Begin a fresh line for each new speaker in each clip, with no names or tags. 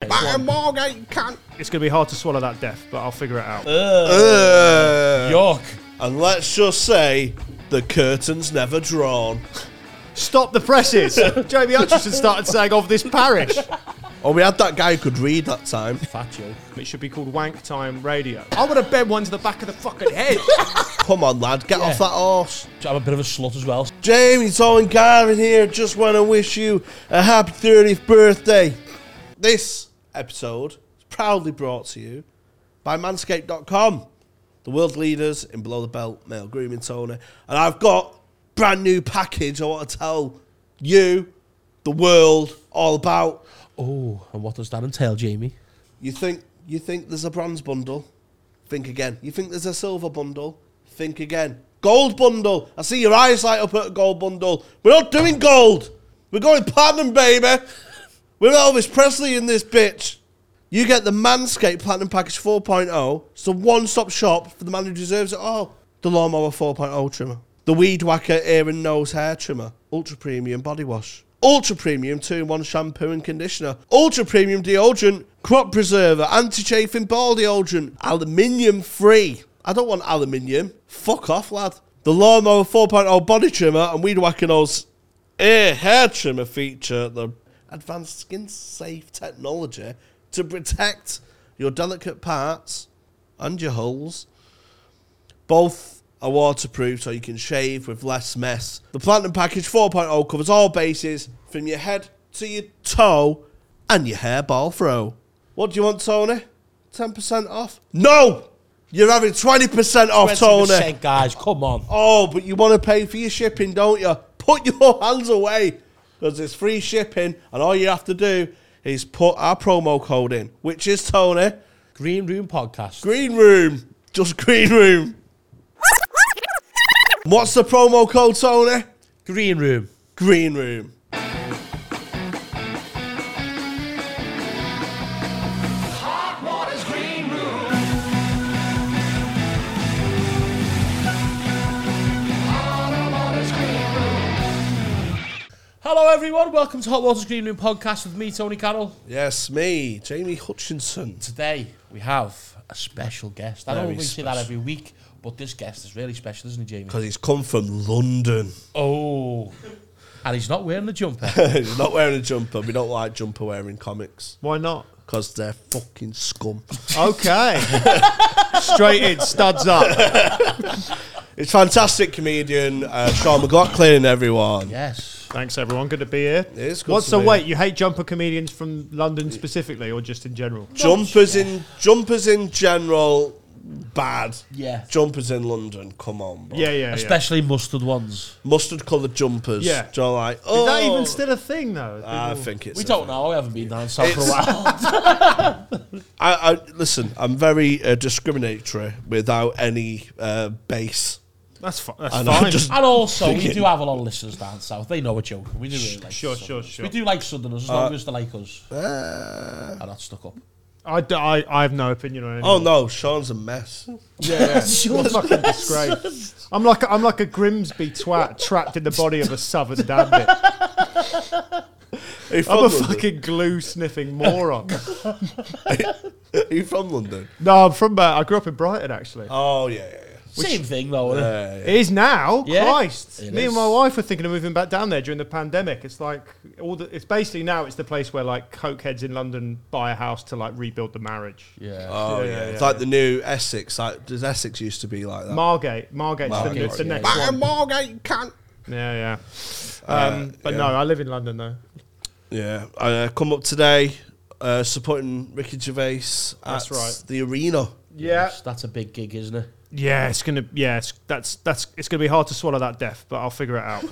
It's,
Back
one.
and ball game, cunt.
It's going to be hard to swallow that death, but I'll figure it out.
Ugh.
York.
Uh, And let's just say the curtain's never drawn.
Stop the presses! Jamie Hutchison started saying of this parish.
Oh, we had that guy who could read that time.
Fat York.
It should be called Wank Time Radio. I would have bent one to the back of the fucking head.
Come on, lad, get off that horse.
I'm a bit of a slut as well.
Jamie, Tom and Garvin here. Just want to wish you a happy 30th birthday. This episode is proudly brought to you by Manscaped.com, the world leaders in below the belt male grooming toner. And I've got brand new package I want to tell you, the world, all about.
Oh, and what does that entail, Jamie?
You think you think there's a bronze bundle? Think again. You think there's a silver bundle? Think again. Gold bundle. I see your eyes light up at a gold bundle. We're not doing gold. We're going platinum, baby. We're Elvis Presley in this bitch. You get the Manscaped Platinum Package 4.0. It's the one-stop shop for the man who deserves it all. The Lawnmower 4.0 trimmer. The Weed Whacker Ear and Nose Hair Trimmer. Ultra Premium Body Wash. Ultra Premium 2-in-1 Shampoo and Conditioner. Ultra Premium Deodorant. Crop Preserver. Anti-Chafing Ball Deodorant. Aluminium Free. I don't want aluminium. Fuck off, lad. The Lawnmower 4.0 Body Trimmer and Weed Whacker Nose ear hair trimmer feature the advanced skin safe technology to protect your delicate parts and your holes. Both are waterproof so you can shave with less mess. The Platinum Package 4.0 covers all bases from your head to your toe and your hairball throw. What do you want, Tony? 10% off? No! You're having 20% off, Tony!
20%, guys, come on.
Oh, but you want to pay for your shipping, don't you? Put your hands away because it's free shipping, and all you have to do is put our promo code in, which is Tony
Green Room Podcast.
Green Room. Just Green Room. What's the promo code, Tony?
Green Room.
Green Room.
Hello, everyone. Welcome to Hot Water's Green Room Podcast with me, Tony Carroll.
Yes, me, Jamie Hutchinson.
Today, we have a special guest. I don't
Very
really say that
special.
every week, but this guest is really special, isn't he, Jamie?
Because he's come from London.
Oh. And he's not wearing the jumper.
he's not wearing a jumper. We don't like jumper wearing comics
Why not?
because they're fucking scum.
Okay. Straight in, studs up.
It's fantastic comedian uh, Sean McLaughlin, everyone.
yes.
Thanks, everyone. Good to be here.
It is good
What's
to
the
be
wait? You hate jumper comedians from London specifically, or just in general?
Jumpers in jumpers in general, bad.
Yeah.
Jumpers in London, come on. Bro.
Yeah, yeah, yeah.
Especially mustard ones.
Mustard coloured jumpers.
Yeah.
Do you know, like?
Is
Oh, Uh,
that even still a thing, though?
I think it's.
We
a
don't
thing.
know. We haven't been down south for a
It's-
while.
I, I listen. I'm very uh, discriminatory without any uh, base.
that's fi- that's
I know,
fine.
just-
and also, we
Thinking.
do have a lot of listeners down south. They know we're joking. We do really like
sure,
Southerners.
sure, sure.
We do like Southerners as long as they like us.
Uh,
And that's stuck up.
I, d- I, I have no opinion on anything.
oh no, Sean's a mess.
yeah, yeah. What a fucking disgrace. I'm like a, I'm like a Grimsby twat trapped in the body of a southern bandit.
He from
I'm a
London?
fucking glue sniffing moron.
He from London?
No, I'm from. Uh, I grew up in Brighton, actually.
Oh yeah, yeah, yeah.
Same thing, though. isn't it?
Uh,
It is now.
Yeah.
Christ,
It
me
is.
and my wife were thinking of moving back down there during the pandemic. It's like all the. It's basically now. It's the place where like cokeheads in London buy a house to like rebuild the marriage.
Yeah.
oh yeah,
Yeah, yeah,
it's
yeah,
like the new Essex. Like, does Essex used to be like that?
Margate, Margate's the,
Margate,
the
yeah.
next
Back
one.
and ball game, cunt.
Yeah,
Uh,
yeah. Um, but no, I live in London though.
Yeah, I uh, come up today uh, supporting Ricky Gervais at
That's right.
the arena.
Yeah,
That's, that's a big gig, isn't it?
yeah. It's gonna. Yeah, it's, that's that's. It's gonna be hard to swallow that death, but I'll figure it out.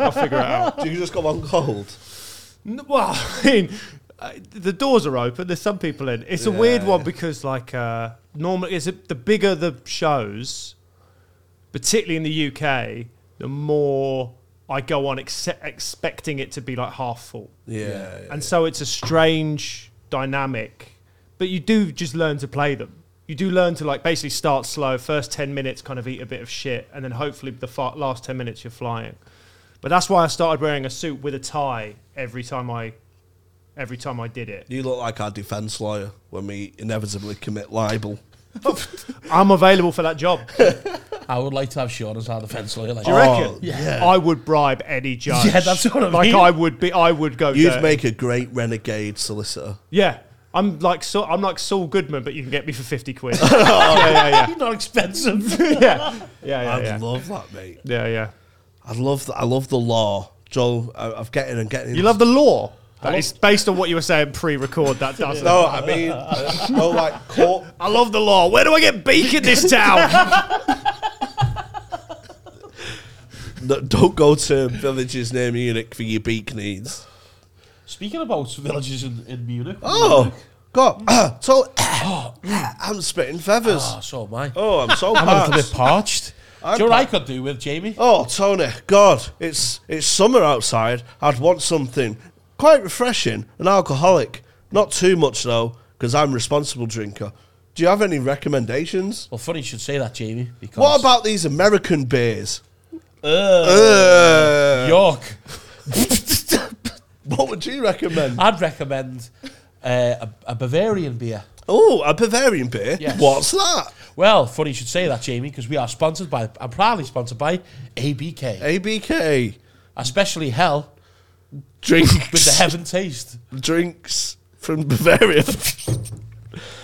I'll figure it out.
Do you just come on cold?
N- Well, I mean, uh, the doors are open. There's some people in. It's a weird one because, like, uh, normally, is it the bigger the shows, particularly in the UK, the more I go on ex- expecting it to be like half full,
Yeah. yeah.
and so it's a strange dynamic. But you do just learn to play them. You do learn to like basically start slow, first ten minutes, kind of eat a bit of shit, and then hopefully the fa- last ten minutes you're flying. But that's why I started wearing a suit with a tie every time I every time I did it.
You look like our defence lawyer when we inevitably commit libel.
I'm available for that job. Do
I would like to have Sean as our defence lawyer. Like,
you reckon?
Oh, yeah.
I would bribe any judge.
Yeah, that's what I
Like
mean.
I would be. I would go.
You'd
there.
make a great renegade solicitor.
Yeah. I'm like so. I'm like Saul Goodman, but you can get me for fifty quid. yeah, yeah, yeah.
You're not expensive.
yeah, yeah, yeah,
I'd
yeah.
love that, mate.
yeah, yeah.
I love the, I love the law, Joel. I, I'm getting and getting.
You love the law. That is based on what you were saying pre-record. That doesn't.
No, I mean, uh, no, like court.
I love the law. Where do I get beak in this town?
No, don't go to villages near Munich for your beak needs.
Speaking about villages in, in Munich.
Oh God! so I'm spitting feathers.
Ah, so am I.
Oh, I'm so
I'm a little bit parched.
parched.
Do you know what I could do with Jamie?
Oh, Tony, God, it's it's summer outside. I'd want something quite refreshing and alcoholic. Not too much though, because I'm a responsible drinker. Do you have any recommendations?
Well, funny you should say that, Jamie. Because
What about these American beers? Uh,
York?
what would you recommend?
I'd recommend uh, a, a Bavarian beer.
Oh, a Bavarian beer.
Ah. Yes.
What's that?
Well, funny you should say that, Jamie, because we are sponsored by, I'm proudly sponsored by ABK,
ABK
especially Hell with the
drinks.
Heaven Taste.
drinks from Bavaria.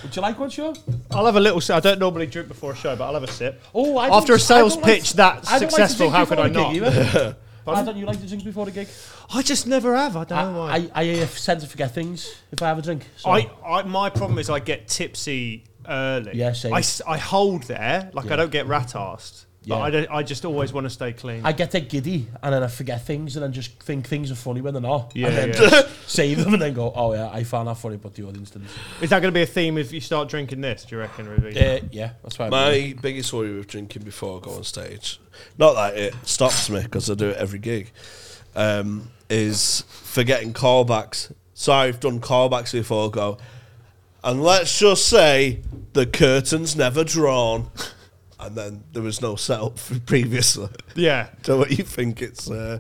Would you like one, Sean?
I'll have a little. si- I don't normally drink before a show, but I'll have a sip.
Oh, I
After
don't-
a sales
I don't like-
pitch that
I don't like to
successful,
drink
how could I
before
not?
the gig either. Why don't you like to drink before the gig?
I just never have. I don't know why.
I, I, I uh, tend to forget things if I have a drink. So.
Oh, I, I my problem is I get tipsy early.
Yeah, same.
I, s- I hold there, like I don't get rat assed. But
Yeah.
I, don't, I just always want to stay clean.
I get that giddy and then I forget things and then just think things are funny when they're not.
Yeah,
And then
yeah.
just save them and then go, oh yeah, I found that funny, but the audience didn't.
is that going to be a theme if you start drinking this? Do you reckon, Ruby?
Uh, yeah, that's why. I'm
My biggest worry with drinking before I go on stage, not that it stops me because I do it every gig, um, is forgetting callbacks. So I've done callbacks before I go, and let's just say the curtain's never drawn, and then there was no setup for previously.
Yeah.
So what you think it's uh,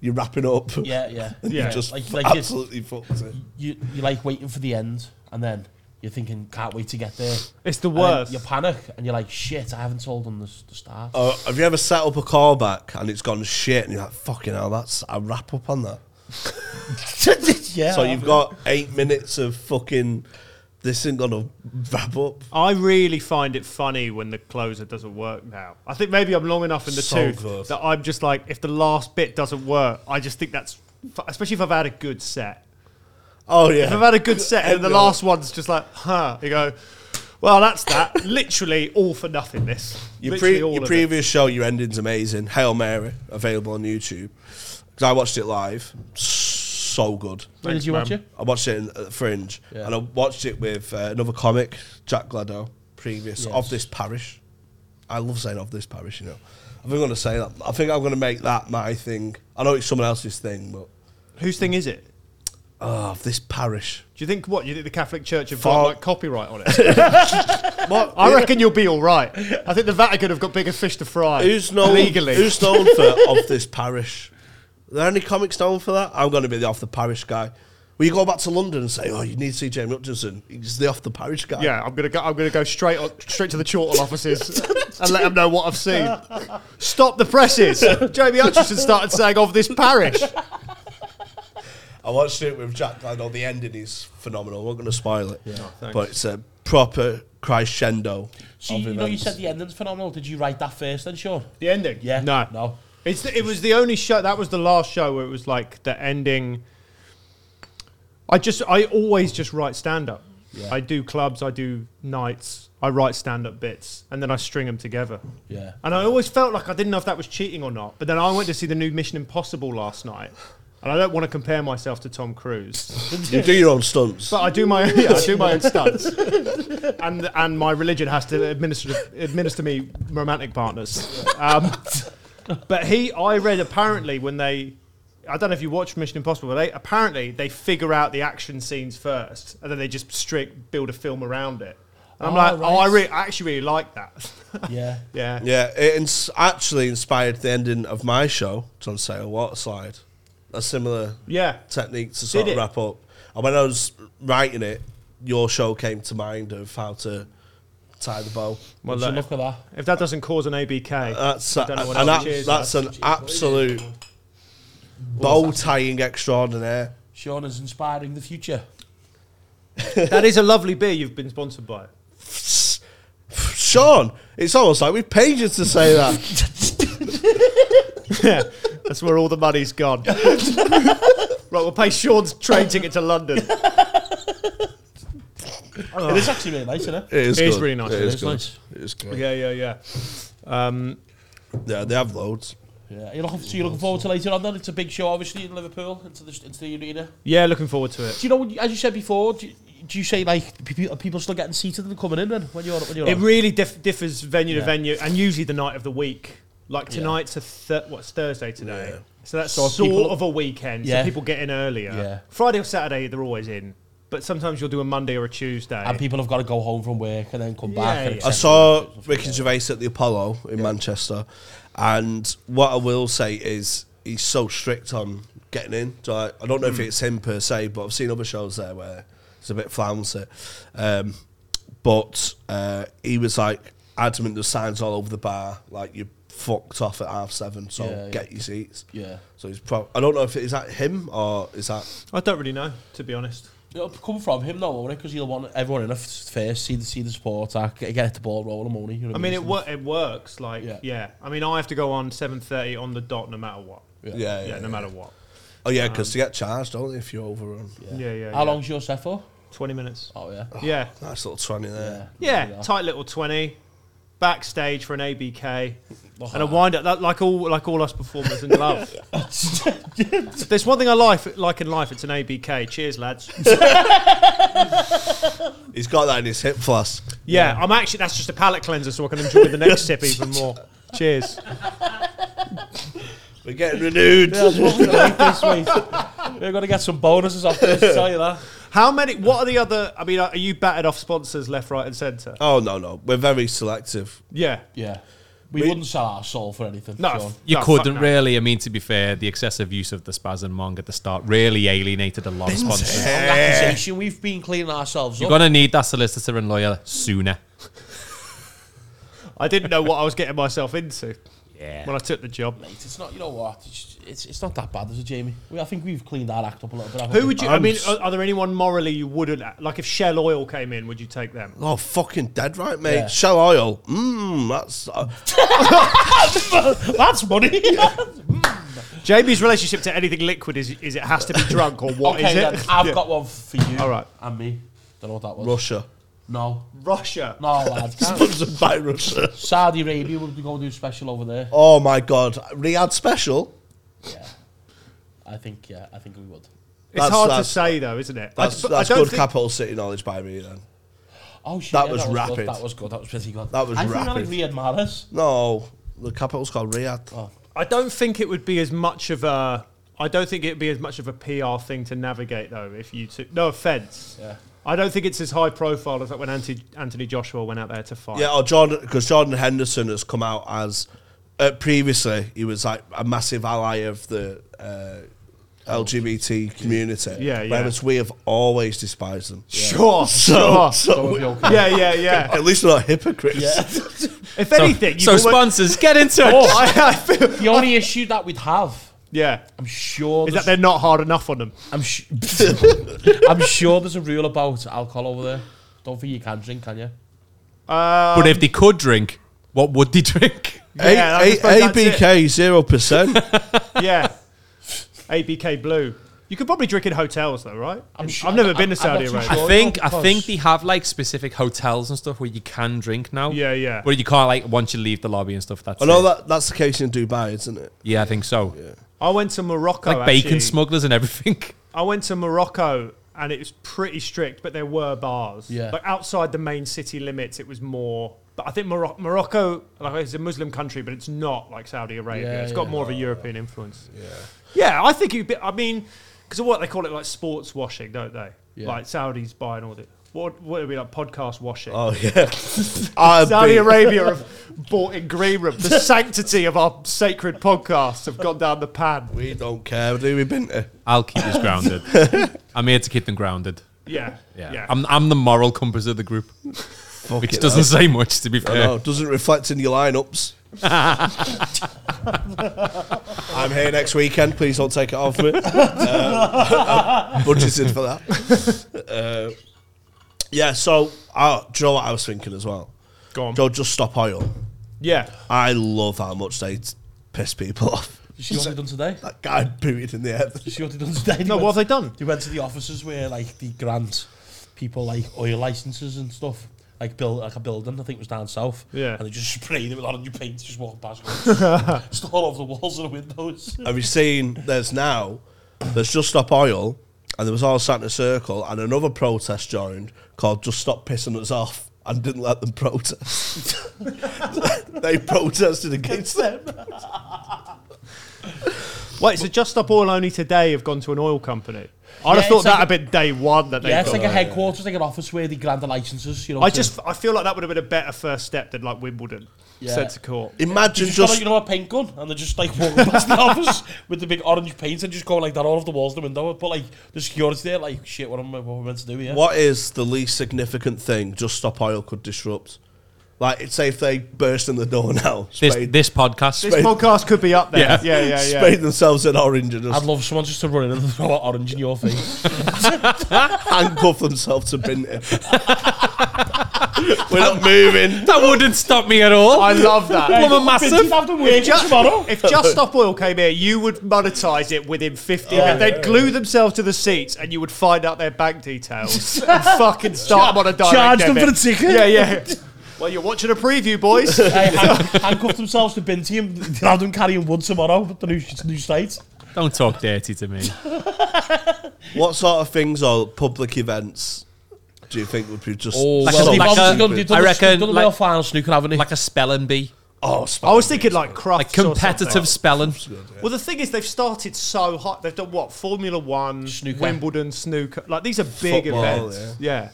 you're wrapping up?
yeah, yeah.
and
Yeah.
you just
Like- like it's-
absolutely fucked it.
You, you like waiting for the end and then you're thinking, can't wait to get there.
It's the
And then
worst.
You panic and you're like, shit, I haven't told them the, s- the start.
Uh, have you ever set up a callback and it's gone shit, and you're like, fucking hell, that's I wrap up on that.
yeah.
So you've got eight minutes of fucking. This ain't gonna wrap up.
I really find it funny when the closer doesn't work now. I think maybe I'm long enough in the
So
tooth
good.
that I'm just like, if the last bit doesn't work, I just think that's, fu- especially if I've had a good set.
Oh
If I've
yeah.
had a good set and the
End on.
last one's just like, huh, you go, well, that's that. Literally all for nothingness.
Your,
Literally
pre-
all
your
of it.
previous show, your ending's amazing. Hail Mary, available on YouTube. 'Cause I watched it live. So good.
When did you watch it?
I watched it in, at the Fringe,
Yeah.
and I watched it with uh, another comic, Jack Glado, previous
Yes.
of this parish. I love saying of this parish. You know, I think I'm gonna say that. I think I'm gonna make that my thing. I know it's someone else's thing, but
Whose thing is it?
oh, of this parish.
Do you think what? You think the Catholic Church have
Fuck.
got like copyright on it?
What?
I reckon you'll be all right. I think the Vatican have got bigger fish to fry.
Who's known?
legally?
Who's known for of this parish? Are there any comics known for that? I'm going to be the off the parish guy. Will you go back to London and say, "Oh, you need to see Jamie Hutchinson"? He's the off the parish guy.
yeah, I'm gonna go. I'm gonna go straight on, straight to the Chortle offices and let them know what I've seen. Stop the presses. Jamie Hutchison started saying of this parish.
I watched it with Jack Glidell. The ending is phenomenal. I'm not going to spoil it.
thanks.
but it's a proper crescendo.
So
of
you, you know you
events.
said the ending's phenomenal. Did you write that first then, Sean?
The ending.
Yeah.
No.
No.
It's the, it was the only show that was the last show where it was like the ending. I just I always just write stand up.
Yeah.
I do clubs, I do nights, I write stand up bits, and then I string them together.
Yeah.
And I always felt like I didn't know if that was cheating or not. But then I went to see the new Mission Impossible last night, and I don't want to compare myself to Tom Cruise,
You do your own stunts.
but I do my yeah, I do my own stunts, and and my religion has to administer administer me romantic partners. Um, but he, I read apparently when they. I don't know if you watch Mission Impossible, but they apparently they figure out the action scenes first, and then they just strict build a film around it. And I'm
Oh,
like, oh, I,
right.
re- I actually really like that.
Yeah.
yeah,
yeah, it ins- actually inspired the ending of my show, John Sayer Waterslide. A similar
yeah.
technique to sort
Did
of
it?
wrap up. And when I was writing it, your show came to mind of how to tie the bow.
Well,
Would you
look,
look at that.
if that doesn't cause an ABK,
That's
don't know what
and
else
that,
it is,
that's an absolute bow tying extraordinaire.
Sean is inspiring the future.
that is a lovely beer you've been sponsored by.
Sean, it's almost like we paid you to say that.
yeah, that's where all the money's gone. right, we'll pay Sean's train ticket to London.
It is actually really nice, isn't it?
is,
It is really nice. It
is nice.
It is good.
yeah, yeah, yeah. Um,
Yeah, they have loads.
Yeah. You're looking, so you're looking forward to later on then? It's a big show, obviously, in Liverpool, into the, into the arena.
yeah, looking forward to it.
Do you know, what you- as you said before, do you, do you say, like, pe- pe- are people still getting seated and coming in then? When you're, when you're
It
on?
really diff- differs venue
Yeah.
to venue, and usually the night of the week. Like
Yeah.
tonight's a th- what's Thursday today,
Yeah.
so that's
So
sort
people-
of a weekend.
Yeah.
So people get in earlier.
Yeah.
Friday or Saturday, they're always in, but sometimes you'll do a Monday or a Tuesday.
and people have got to go home from work and then come
Yeah,
back. and
yeah.
et
I
cetera.
saw Ricky Gervais at the Apollo in Manchester, and what I will say is he's so strict on getting in. So I, I don't know if it's him per se, but I've seen other shows there where it's a bit flouncy. Um, but uh, he was like adamant. There's signs all over the bar, like you fucked off at half seven, so
Yeah, yeah.
get your seats.
Yeah.
So he's pro- I don't know if it is that him or is that
I don't really know, to be honest.
It'll come from him though, won't it? Because he'll want everyone in it first, see the see the support, act, get get the ball rolling, won't he? You know
I
what
mean, it
So-
wor- it works. Like,
Yeah.
yeah. I mean, I have to go on seven thirty on the dot, no matter what.
Yeah.
yeah, yeah,
Yeah, no matter what.
oh yeah because they get charged don't they if you're overrun
Yeah, yeah.
How
yeah.
long's your set for?
Twenty minutes.
Oh yeah.
Yeah,
nice little twenty there
yeah.
Yeah.
Tight little twenty. Backstage for an ABK
Oh,
and a wind up. That, like all like all us performers in love. If There's one thing I like like in life. It's an ABK. Cheers, lads. Yeah,
he's got that in his hip flask
I'm actually that's just a palate cleanser, so I can enjoy the next sip even more. Cheers.
We're getting renewed.
That's what we like this week. We're gonna get some bonuses off this. Tell you that.
How many? What are the other? I mean, are you battered off sponsors left, right, and centre?
Oh no, no, we're very selective.
Yeah.
Yeah. We,
We-
wouldn't sell our soul for anything.
No,
Sean.
f-
You
no, fuck
couldn't
no.
really. I mean, to be fair, the excessive use of the spaz and mong at the start really alienated a lot of sponsors.
Eh.
On accusation, we've been cleaning ourselves
You're
up.
gonna need that solicitor and lawyer sooner.
I didn't know what I was getting myself into
Yeah.
when I took the job.
Mate, it's not. You know what? It's, it's, it's not that bad, is it, Jamie? We, I think we've cleaned our act up a little bit. haven't
Who
we?
would you? I mean,
s-
are, are there anyone morally you wouldn't like? If Shell Oil came in, would you take them?
Oh, fucking dead right, mate.
Yeah.
Shell oil. Mmm, that's. Uh,
That's money.
Jamie's relationship to anything liquid is is it has to be drunk or what
okay,
is
then
it?
I've
Yeah.
got one for you.
All right.
And me. Don't know what that was.
Russia.
No.
Russia.
No, lad.
Sponsored by Russia.
Saudi Arabia would be going to do a special over there.
Oh my god, Riyadh special.
Yeah. I think, yeah, I think we would.
It's
That's-
hard to
that's-
say though, isn't it? I-
That's,
but
that's
I don't
good
think-
capital city knowledge by me then.
Oh, shit.
That
yeah,
was
that was Good.
rapid.
That was good. That was pretty good.
That was
I
rapid.
think I like Riyad Mahrez.
No, the capital's called Riyadh.
Oh.
I don't think it would be as much of a. I don't think it'd be as much of a PR thing to navigate though. If you took no offense,
Yeah.
I don't think it's as high profile as like when Anthony, Anthony Joshua went out there to fight.
Yeah, or Jordan, because Jordan Henderson has come out as uh, previously he was like a massive ally of the uh, LGBT community.
Yeah, yeah.
Whereas we have always despised them.
Sure.
So,
sure.
so
That would be okay.
Oh. yeah, yeah, yeah.
at least we're not hypocrites.
If anything,
so
you've almost-
sponsors, get in touch.
Oh, I, I feel.
The only issue that we'd have,
Yeah.
I'm sure.
Is that
there's-
they're not hard enough on them?
I'm, sh- I'm sure there's a rule about alcohol over there. Don't think you can drink, can you?
But if they could drink, what would they drink?
Yeah, I
A-
suppose
A-
that's it.
ABK zero percent.
Yeah. ABK Blue. You could probably drink in hotels though, right?
I'm
In-
sure-
I've never
I'm-
been
I'm
to Saudi
not too
Arabia.
sure.
I think I
because-
think they have like specific hotels and stuff where you can drink now.
Yeah, yeah.
Where you can't like once you leave the lobby and stuff. That's
I know
it.
that that's the case in Dubai, isn't it?
Yeah, I think so.
I went to Morocco.
Like bacon
Oh, actually.
smugglers and everything.
I went to Morocco and it was pretty strict, but there were bars.
Yeah.
Like outside the main city limits, it was more. But I think Moro- Morocco, like it's a Muslim country, but it's not like Saudi Arabia.
Yeah,
It's got
yeah.
more of a European influence. Yeah. I think you. I mean, because of what they call it, like sports washing, don't they?
Yeah.
Like Saudis buying all the. What, what would it be like? Podcast washing.
Oh yeah, I'd
Saudi
be-
Arabia have bought in green room. The sanctity of our sacred podcasts have gone down the pan.
We don't care who we've been to.
I'll keep this grounded. I'm here to keep them grounded.
Yeah.
Yeah. I'm, I'm the moral compass of the group, which
it,
doesn't say much, to be fair.
No, it doesn't reflect in your lineups. I'm here next weekend. Please don't take it off me. Uh, I'm budgeted for that. Uh, yeah. So, uh, do you know what I was thinking as well?
Go on.
Joe, just stop oil.
Yeah.
I love how much they t- piss people off.
Did you see what they done today? Did
That guy booted in the head.
you see what they done today? They
No,
went-
what have they done?
They went to the offices where like the grant people like oil licenses and stuff. Like build like a building, I think it was down south.
Yeah.
And they just sprayed it with orange paint, just walked past. Just all over the walls and the windows.
Have you seen? There's now. There's just stop oil, and there was all sat in a circle, and another protest joined called "Just Stop Pissing Us Off." And didn't let them protest. they protested against them.
Wait, so Just Stop Oil only today have gone to an oil company. I'd
Yeah,
have thought
it's like
that had been day one that they.
Yeah,
have
it's
got.
like a headquarters, like an office where they grant the licenses. You know,
I
to-
just I feel like that would have been a better first step than like Wimbledon
Yeah.
sent to court.
Imagine
just, got, like,
just
you know a paint gun, and they're just like walking past the office with the big orange paint and just going like that all over the walls, and the window. But like the security there, like shit, what am I, what am I meant to do here?
what is the least significant thing just stop oil could disrupt? Like, say if they burst in the door now,
This,
sprayed,
this podcast.
This podcast could be up there. Yeah,
Yeah.
yeah, yeah.
sprayed themselves in orange and
I'd
just
love someone just to run in and throw an orange in your face.
handcuff themselves to Binton. We're not moving.
that wouldn't stop me at all.
I love that.
Love a massive.
Bitches have to work
Ju-
tomorrow.
if Just Stop Oil came here, you would monetize it within 50
Oh,
minutes. They'd glue themselves to the seats and you would find out their bank details and fucking start them on a direct
charge them
debit.
for the ticket.
Yeah, yeah. Well, you're watching a preview, boys.
Hey, hand, handcuffed themselves to Binti and they'll have them carrying wood tomorrow at the new, new site.
Don't talk dirty to me.
What sort of things or public events do you think would be just
Oh,
Like
well,
a-
they've
like
obviously
a-
done- they've done
I
the-
reckon,
they've done the
like-
male final snooker, haven't they?
Like a spelling bee,
oh
I was thinking like crafts
like
or something.
competitive spelling.
Well, the thing is, they've started so hot. They've done what? Formula One,
Snooker.
Wimbledon, snooker. Like these are big
Football,
events. Yeah.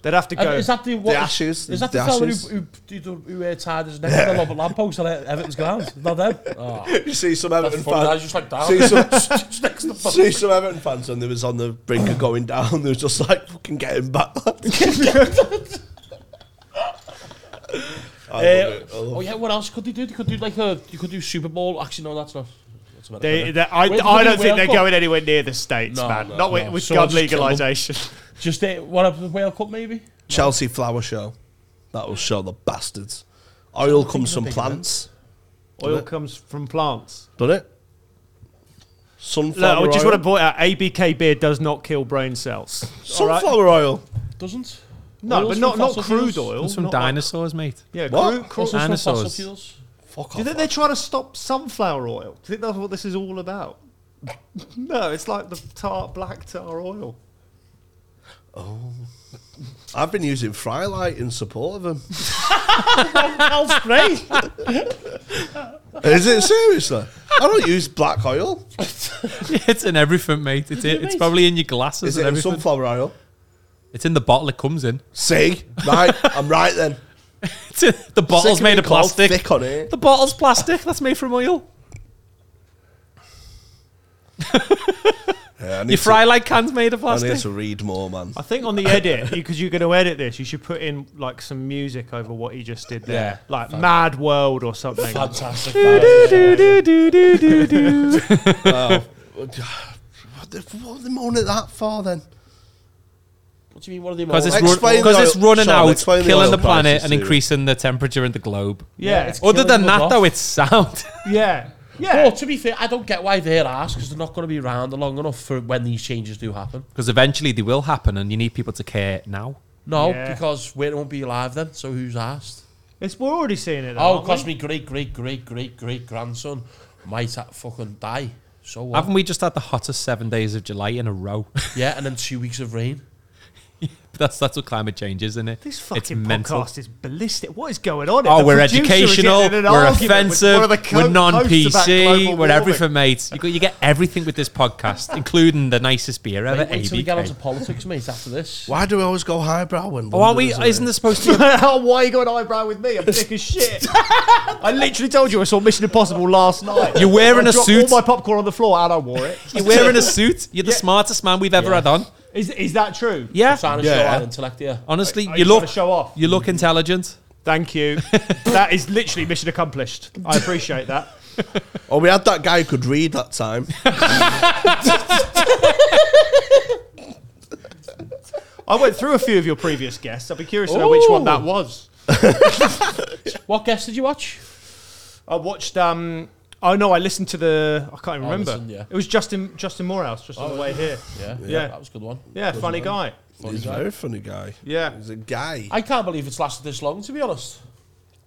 They'd have to
Uh,
go.
is that the, what,
The Ashes,
Is that
the
the, fella
Ashes.
who, who, who, who uh, tied his neck to the love lamppost at Everton's ground? Is that them? Oh,
you see some
that's
Everton
funny. I was just like
fans.
down.
See some,
Just next to the fucking
see some Everton fans and they was on the brink of going down. They was just like fucking getting back. I love it. I love
Oh yeah, what else could they do? They could do like a you could do Super Bowl. Actually, no, that's not. That's about
They,
it.
they, I,
Where's the
I don't think
World
they're
Cup?
going anywhere near the states,
No,
man.
no,
Not with,
no.
with
So
gun
just kill them.
legalisation.
Just uh, what up the World Cup maybe?
Chelsea flower show. That will show the bastards. Oil comes from plants,
Oil comes from plants.
doesn't it?
Look,
Sunflower
I just
oil.
want to point out: ABK beer does not kill brain cells.
Sunflower oil.
Doesn't.
No,
Oil's
but
from
not, not
fossil
crude
fuels.
oil.
It's from
not like-
dinosaurs, mate.
yeah,
What?
crude.
Also from
Dinosaurs.
fossil fuels.
Fuck
Do you
off.
think they're trying to stop sunflower oil? Do you think that's what this is all about? no, it's like the tar, black tar oil.
I've been using fry light in support of them.
I'll spray.
Is it seriously? I don't use black oil.
it's in everything, mate. It's, in, it's probably in your glasses
Is
and
it in
everything.
sunflower oil?
it's in the bottle it comes in.
See, right, I'm right then.
It's in, the bottle's
Sick it
made of
being called
plastic.
Thick on it.
The bottle's plastic. That's made from oil.
Yeah, I need
Your fry like can's made of
To, I need
plastic.
to read more, man.
I think on the edit, because you're going to edit this, you should put in like some music over what he just did
Yeah.
there, like Mad World or something.
Fantastic.
Do, do, do, do, do, do.
What the- what are they moaning at that for then?
What do you mean? What are they?
Because it's,
more-
Explain
run,
the
'cause it's
oil-
running
Sean,
out,
explain the
killing
oil
the planet
crisis
and
to-
increasing the temperature in the globe.
Yeah,
it's
Other
killing
than
them
that,
off.
though, it's sound.
yeah, yeah.
Oh, to be fair, I don't get why they're asked because they're not going to be around long enough for when these changes do happen.
Because eventually they will happen, and you need people to care now.
No,
Yeah.
because we won't be alive then. So who's asked?
It's we're already seeing it. Though,
Oh,
aren't
because
we?
my great great great great great grandson might ha- fucking die. So what?
Haven't we just had the hottest seven days of July in a row?
Yeah, and then two weeks of rain.
But that's that's what climate change is, isn't it?
This
it's
fucking podcast
mental.
is ballistic. What is going on?
Oh,
The
we're
producer is getting
educational.
in an
We're
argument with one
offensive.
of the co-
We're
hosts about
non-PC.
global
We're
warming.
everything, mate. You, got, you get everything with this podcast, including the nicest beer ever.
Mate, wait till we get
ABK.
onto politics, mate, after this.
Why do we always go highbrow when?
Oh, aren't
London is
we?
in
Isn't
it?
this supposed to? be...
Oh, Why you got an eyebrow with me? I'm thick as shit. I literally told you I saw Mission Impossible last night.
You're wearing
I
a
dropped
suit.
All my popcorn on the floor, and I wore it.
You're wearing a suit. You're the smartest man we've ever had on.
Is, is that true?
Yeah.
Trying to show
Yeah.
our intellect here.
Honestly,
Are you
you look
trying to show off?
you look intelligent.
Thank you. that is literally mission accomplished. I appreciate that.
Oh, we had that guy who could read that time.
I went through a few of your previous guests. I'd be curious to know which one that was.
What guest did you watch?
I watched. um Oh no! I listened to the. I can't even remember.
listen, yeah.
It was Justin Justin Morehouse just on the way here.
Yeah,
Yeah.
that was a good one.
Yeah,
Good
funny
one.
guy.
He's a very funny guy.
Yeah.
He's a guy.
I can't believe it's lasted this long, to be honest.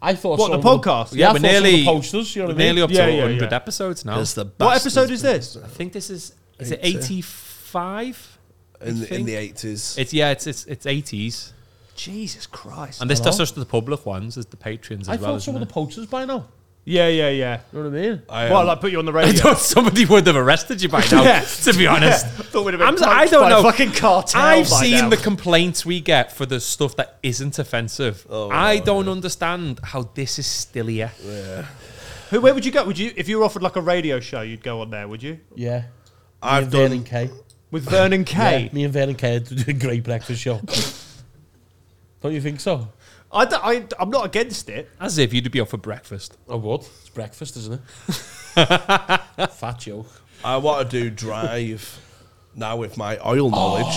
I thought
What the
some of
podcast?
Yeah,
Yeah,
I thought
we're
some of the
nearly-
posters. You know
We're
what I mean?
nearly up to
Yeah, yeah,
100
yeah.
episodes now.
It's the
What
bastards
episode is this?
I think this is is it
Eighty.
85?
in the, in
think?
the eighties.
It's yeah, it's it's it's 80s.
Jesus Christ.
And this does just the public ones as the patrons
I
as well.
thought some
isn't
of the posters by now.
Yeah, yeah, yeah.
You know what I mean?
well, I put you on the
it? I
radio.
thought somebody would have arrested you by now.
Yeah.
To be honest,
thought we'd have
I'm
been
s- I
punked
don't
by a
know.
Fucking cartel.
I've
by
seen
now.
the complaints we get for the stuff that isn't offensive. I don't understand how this is still here.
Who, where would you go? Would you, if you were offered like a radio show, you'd go on there, would you?
Yeah.
I've
Vern
done.
and Kay.
With Vernon Kay.
Yeah, me and Vern and Kay did a great breakfast show. Don't you think so?
I don't, I, I'm not against it.
As if you'd be up for breakfast.
I would. Oh, It's breakfast, isn't it? Fat joke.
I want to do drive now with my oil knowledge.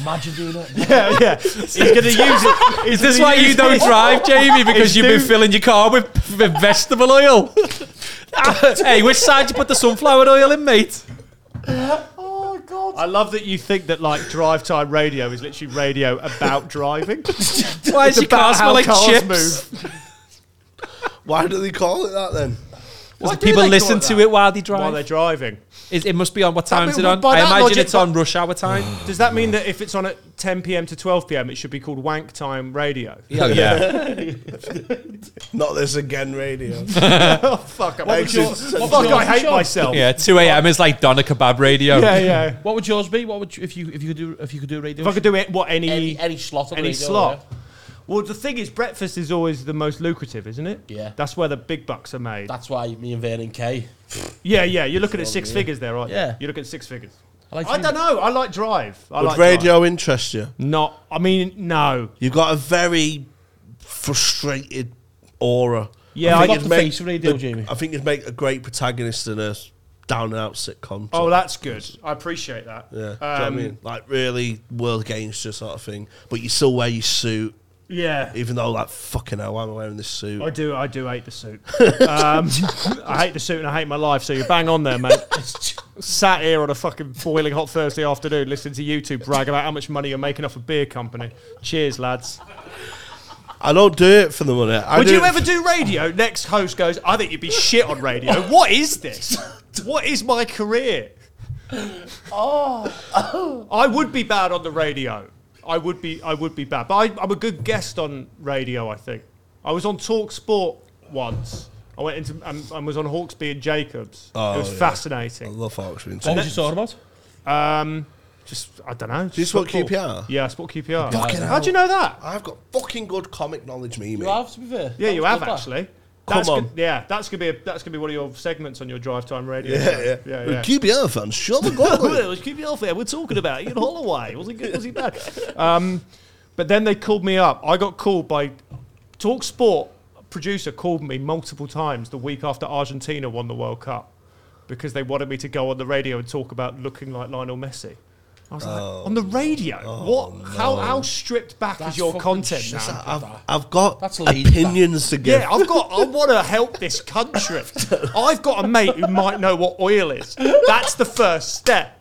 Imagine doing that.
Yeah, yeah. He's going to use it. He's
Is this
gonna
why
use
you don't
this.
drive, Jamie?
It's
Because you've been
too-
filling your car with, with vegetable oil. hey, which side you put the sunflower oil in, mate?
I love that you think that like drive time radio is literally radio about driving.
Why does your car smell like chips?
Why do they call it that then?
Because people listen to it while they
while they're
drive.
driving.
Is- it must be on what time is
mean,
it on?
by
I
that
imagine
logic,
it's on rush hour time.
Does that mean that if it's on at 10 p.m. to 12 p.m., it should be called wank time radio?
oh yeah.
Not this again, radio.
oh, fuck. I'm
Makes
actually-
it sense.
fuck, I hate
Sure.
myself.
Yeah, 2 a.m. is like doner kebab radio.
yeah, yeah.
What would yours be? What would you, if you if you could do if you could do a radio?
If I could do it, what, any.
any E. any slot on
any
radio,
slot. Well, the thing is, breakfast is always the most lucrative, isn't it?
Yeah.
That's where the big bucks are made.
That's why me and Vern and Kay.
yeah, yeah. You're looking at six figures there, aren't you?
Yeah.
You're looking at six figures.
I, like
I don't know. I like drive. I
Would
like
radio interest you?
Drive. Not. I mean, no.
You've got a very frustrated aura.
Yeah,
think
I-
you'd
Got the face of radio, Oh, Jamie.
I think you'd make a great protagonist in a down and out sitcom.
Oh, that's good. I appreciate that.
yeah, do you know what I
Um,
mean, like really world against you sort of thing. But you still wear your suit,
Yeah.
even though like fucking hell, I'm wearing this suit.
I do. I do hate the suit. Um, I hate the suit and I hate my life. So you bang on there, mate. Sat here on a fucking boiling hot Thursday afternoon, listening to you two brag about how much money you're making off a beer company. Cheers, lads.
I don't do it for the money. I
Would
do
you
it
ever do radio? Next host goes, I think you'd be shit on radio. What is this? What is my career? Oh, I would be bad on the radio. I would be, I would be bad. But I, I'm a good guest on radio. I think I was on Talk Sport once. I went into and, and was on Hawksby and Jacobs. it
Oh,
was
yeah. I
fascinating.
love Hawksby.
Oh,
What was Oh, you talking about?
Um, just I don't know.
Do you spot QPR?
Yeah, I sport QPR.
Oh. Fucking
How do you know that?
I've got fucking good comic knowledge, me,
You
mate.
have to be fair.
Yeah,
That
you
was
have
good, that.
actually.
Come
that's
on.
Gonna, yeah, that's gonna be a, that's gonna be one of your segments on your drive time radio.
Yeah,
show.
yeah.
yeah,
We're
yeah.
QPR fans, sure the God.
Let's keep you off there. We're talking about Ian Holloway. Was he good? Was he bad? Um, but then they called me up. I got called by Talk Sport producer called me multiple times the week after Argentina won the World Cup because they wanted me to go on the radio and talk about looking like Lionel Messi. I was
Oh,
like, on the radio? what? How, how stripped back
That's
is your
fucking
content
shit.
now?
I've, I've got
That's lazy,
opinions to give.
Yeah, I've got. I want to help this country. I've got a mate who might know what oil is. That's the first step.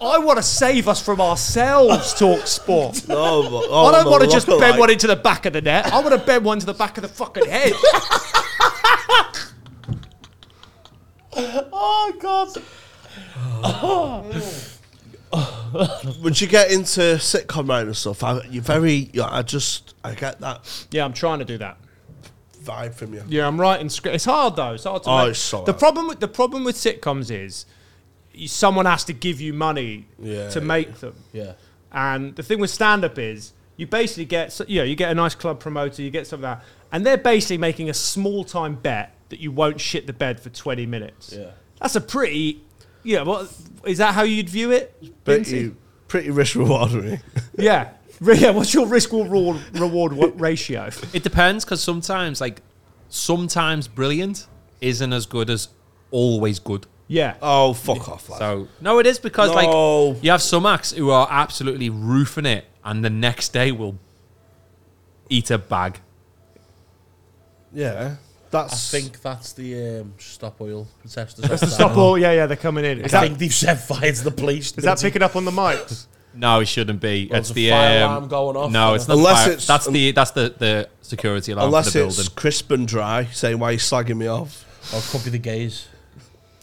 I want to save us from ourselves. Talk sport.
No, but- oh,
I don't
no,
want to just
look
bend
alike.
one into the back of the net. I want to bend one to the back of the fucking head.
Oh god.
Once you get into sitcom writing and stuff, I, you're very. you I just I get that
Yeah, I'm trying to do that.
vibe from you.
Yeah, I'm writing script. It's hard though. It's hard to.
Oh,
make.
it's so
the
hard.
problem with the problem with sitcoms is you, someone has to give you money
Yeah,
to make them.
Yeah.
And the thing with stand up is you basically get s- you know you get a nice club promoter, you get some of that, and they're basically making a small time bet that you won't shit the bed for 20 minutes.
Yeah.
That's a pretty. Yeah, what is that? How you'd view it? Vincey?
Pretty, pretty risk rewarding.
Yeah. Re- Yeah, what's your risk reward reward wa- ratio?
It depends because sometimes, like, sometimes brilliant isn't as good as always good.
Yeah,
Oh fuck off! Lad.
So no, it is because
No.
like you have some acts who are absolutely roofing it, and the next day will eat a bag.
yeah,
I
that's.
think that's the um, stop oil protesters. That's
the stop all. Yeah, yeah, they're coming in.
I
Is that
think they've set fire to the police.
is that picking up on the mics?
No, it shouldn't be.
Well,
it's
there's
the
a fire
um,
alarm going off.
No, it's not.
Unless
fire.
it's-
that's the that's the, the security alarm for
Unless
the
it's
building.
crisp and dry, saying why you're slagging me off.
Or it could be the gays.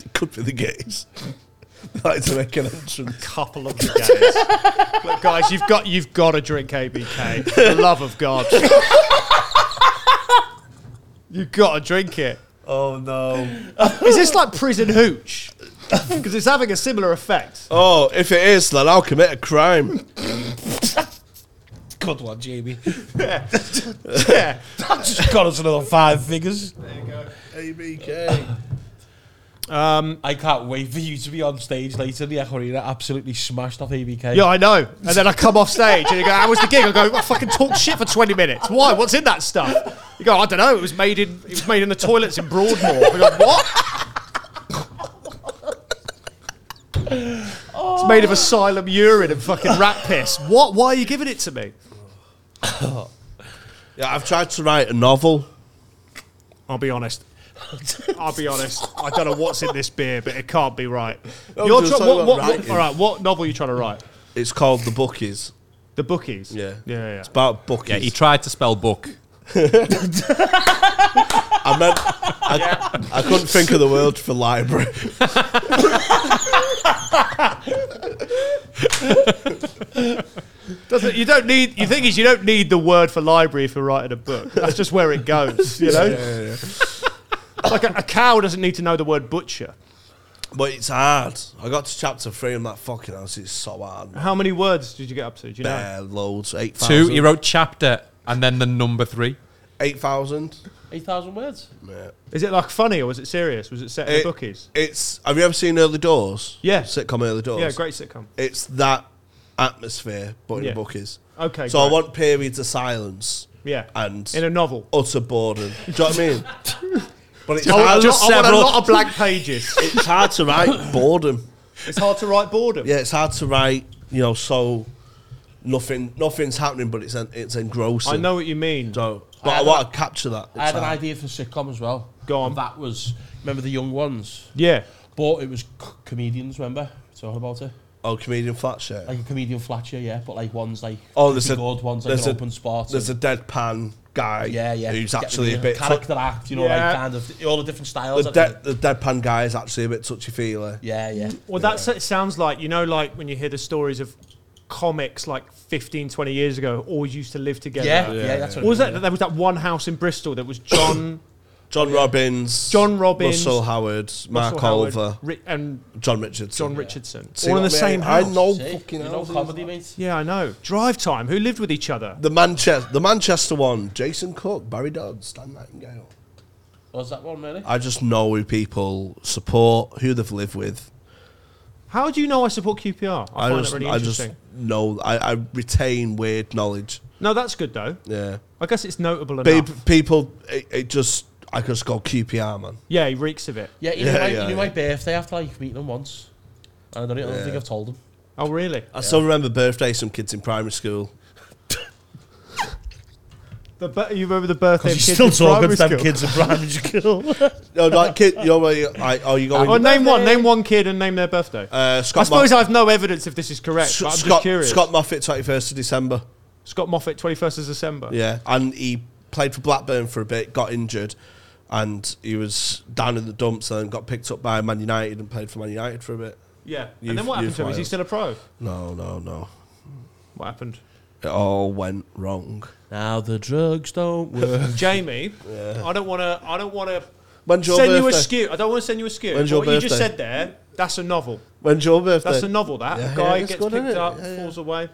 It could be the gays. like to make an entrance.
Couple of the guys. Look, guys, you've got you've got to drink ABK. For the love of God, you've got to drink it.
Oh no!
Is this like prison hooch? Because it's having a similar effect.
Oh, if it is, then I'll commit a crime.
Good one, Jamie.
Yeah.
that just got us another five figures.
ABK.
Um,
I can't wait for you to be on stage later in the Echo Arena, absolutely smashed off ABK.
Yeah, I know. And then I come off stage and you go, How was the gig? I go, I fucking talked shit for 20 minutes. Why? What's in that stuff? You go, I don't know. It was made in it was made in the toilets in Broadmoor. I go, What? It's made of asylum urine and fucking rat piss. What? Why are you giving it to me?
Yeah, I've tried to write a novel.
I'll be honest. I'll be honest. I don't know what's in this beer, but it can't be right. You're
just
try-
talking
what, what,
about
what,
writing.
all right, what novel are you trying to write?
It's called The Bookies.
The Bookies? Yeah, yeah. yeah.
It's about bookies.
yeah, he tried to spell book.
I meant I, I couldn't think of the word for library.
Doesn't you don't need you think is you don't need the word for library if you're writing a book. That's just where it goes, you know. Like a, a cow doesn't need to know the word butcher.
But it's hard. I got to chapter three and that fucking house is so hard. man.
How many words did you get up to? Do you know?
Bare loads. Eight thousand.
Two, he wrote chapter and then the number three.
Eight thousand.
8,000 words.
Yeah.
Is it like funny or was it serious? Was it set in the bookies?
It's. Have you ever seen Early Doors?
Yeah.
Sitcom Early Doors.
Yeah, great sitcom.
It's that atmosphere, but in
Yeah.
bookies.
Okay,
So I
great.
want periods of silence
Yeah,
and
in a novel.
utter boredom. Do you know what I mean? But it's
I want,
hard.
a lot- I want a
several-
lot of blank pages.
It's hard to write boredom.
It's hard to write boredom.
yeah, it's hard to write, you know, so nothing, nothing's happening, but it's en- it's engrossing.
I know what you mean.
So,
I
but I,
had
want to capture that.
I had an
It's hard.
idea for a sitcom as well.
Go on.
And that was, remember the young ones?
Yeah,
But it was c- comedians, remember? Talking about it.
Oh, comedian flat share.
Like a comedian Fletcher, yeah, but like one's like
Oh, there's a-
good, one's like
there's
an
a-
open spot.
There's a
and-
deadpan guy.
yeah, yeah.
Who's
get the
actually a
new
bit.
character act, you know,
Yeah.
like kind of all the different styles.
the,
I think.
de- the deadpan guy is actually a bit touchy feely.
yeah, yeah.
Well, that s- sounds like, you know, like when you hear the stories of comics like 15, 20 years ago, all used to live together.
Yeah, yeah, that's what
What was
I mean,
that? There was that one house in Bristol that was John,
John Robbins.
John Robbins,
Russell Howard. Mark
Russell Howard,
Culver.
Ri- and
John Richardson.
John Richardson.
See
all in the
what I
same
mean? I
house.
know
See,
fucking
you know
houses.
comedy, mate.
Yeah, I know. Drive time. Who lived with each other?
The Manchester, the Manchester one. Jason Cook, Barry Dodd, Stan Nightingale.
Was that one really?
I just know who people support, who they've lived with.
How do you know I support QPR? I,
I,
find
just,
it really
I just
interesting.
know. I, I retain weird knowledge.
no, that's good though.
Yeah,
I guess it's notable
Pe-
enough.
people. It, it just. I just go QPR man.
Yeah, he reeks of it.
Yeah, you
Yeah,
knew, my,
yeah,
he knew
yeah.
my birthday after like meeting him once. And I don't, I don't think I've told him.
Oh, really?
I still remember birthdays from kids in primary school.
The bir- you remember the birthday? of
He's
kids
still
in
talking
primary
to them
school?
kids in primary school.
No, like kid. You know, where you- like, oh, you
Oh,
going?
name one. Name one kid and name their birthday.
Uh,
I
Scott.
suppose
Mo-
I have no evidence if this is correct, but I'm just
Scott,
curious.
Scott Moffitt, twenty first of December.
Scott Moffat, 21st of December.
Yeah, and he played for Blackburn for a bit, got injured, and he was down in the dumps, and got picked up by Man United and played for Man United for a bit.
Yeah.
You've-
and then what happened
you've
to him? Is he
wild.
still a pro?
No, no, no.
What happened?
It all went wrong.
Now the drugs don't work.
Jamie, I don't want to. I don't want to
When's your
send you
birthday?
a skew. I don't want to send you a skew.
When's
But
your
what you just
birthday?
said there, that's a novel.
When's your birthday?
That's a novel. That
Yeah, yeah,
guy
it's
gets
good,
picked
isn't it?
up,
Yeah, yeah.
falls away.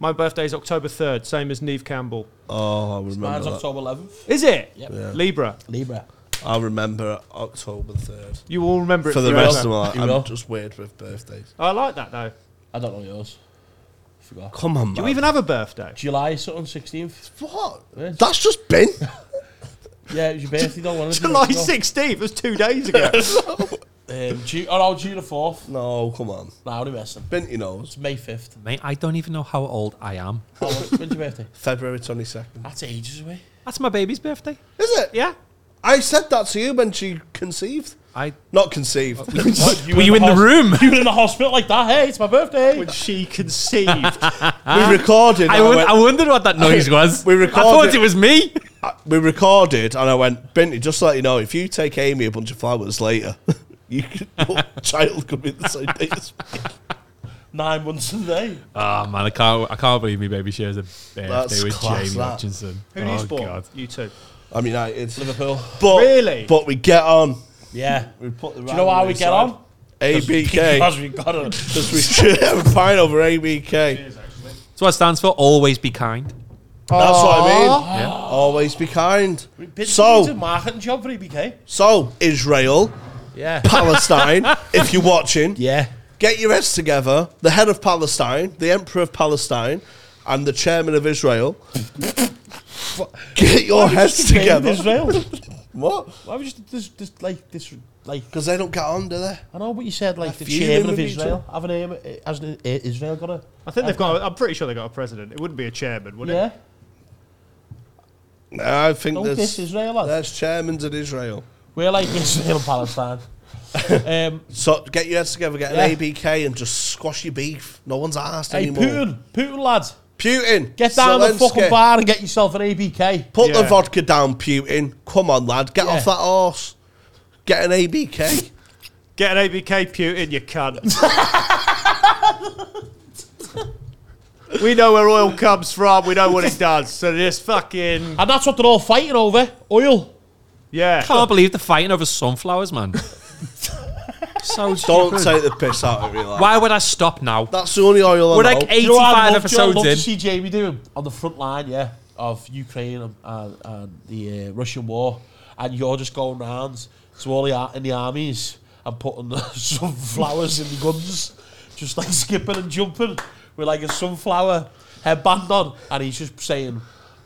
My birthday is October third, same as Neve Campbell.
oh, I
Mine's
remember. That.
October 11th.
Is it?
Yep.
Yeah.
Libra.
Libra.
I remember October third.
You all remember it
For the
forever.
rest of my,
You
I'm
will.
just weird with birthdays.
I like that though.
I don't know yours. Forgot.
Come on,
Do
man.
you even have a birthday?
July something, 16th.
what?
Yeah.
That's just bin.
Yeah, it was your birthday, though, wasn't it?
July
No.
sixteenth was two days ago.
Um, June, oh, no, June the 4th.
no, come on.
Nah, what are you messing?
Binty knows.
It's May 5th.
Mate, I don't even know how old I am.
Oh, when's when's your birthday?
February twenty second.
That's ages away.
That's my baby's birthday.
Is it?
yeah.
I said that to you when she conceived.
I
Not conceived.
What,
were you in the
hos-
room?
You were in the hospital like that. Hey, it's my birthday.
When she conceived.
we recorded. and Ah.
I,
I
won-
went-
I wondered what that noise was.
We
I thought
recorded-
it was me.
I- we recorded, and I went, Binty, just to let you know, if you take Amy a bunch of flowers later, you could, your child could be the same day as me.
Nine months today.
Oh man, I can't. I can't believe my baby shares a birthday
That's
with
class,
Jamie
that.
Hutchinson.
Who do you
oh,
support?
God.
You two.
I'm United.
Liverpool.
But,
Really?
But we get on.
Yeah.
We put the
Do you know how we get on?
ABK.
Because we got a
Because we should have a pint over ABK.
So what it stands for? Always be kind.
That's what I mean.
Yeah.
Always be kind.
so, a
So,
marketing job for EBK.
so Israel,
Yeah.
Palestine, if you're watching,
Yeah.
get your heads together. The head of Palestine, the emperor of Palestine, and the chairman of Israel. get your heads together.
Israel.
What?
Why would you just, just, just like this? Like
Because they don't get on, do they?
I know what you said, like the
feud
chairman
with
of
each
Israel. Have an aim. eh, Hasn't eh, Israel got a?
I think they've got. i I'm pretty sure they got a president. It wouldn't be a chairman, would
Yeah.
it?
No, I think
Don't
there's,
diss Israel, lad.
there's chairmans in Israel.
We're like Israel and Palestine. um,
So get your heads together, get
Yeah.
an ABK, and just squash your beef. No one's asked
hey,
anymore.
Putin, Putin, lads,
Putin,
get down the
Zelensky,
fucking bar and get yourself an ABK.
Put the
Yeah.
vodka down, Putin. Come on, lad, get
Yeah.
off that horse. Get an ABK.
Get an ABK Putin, you cunt. we know where oil comes from. We know what it does. So just fucking
And Ah, that's what they're all fighting over. Oil.
yeah.
Can't believe they're fighting over sunflowers, man. so
don't
stupid.
take the piss out of me, lad.
Why would I stop now?
That's the only oil I
We're
know.
like
Do you know what I'd
85
love- do you know what I'd love
episodes
to
in.
see Jamie doing on the front line, yeah, of Ukraine and, and, and the uh, Russian war, and you're just going round to all the ar- in the armies and putting some flowers in the guns, just like skipping and jumping with like a sunflower headband on, and he's just saying.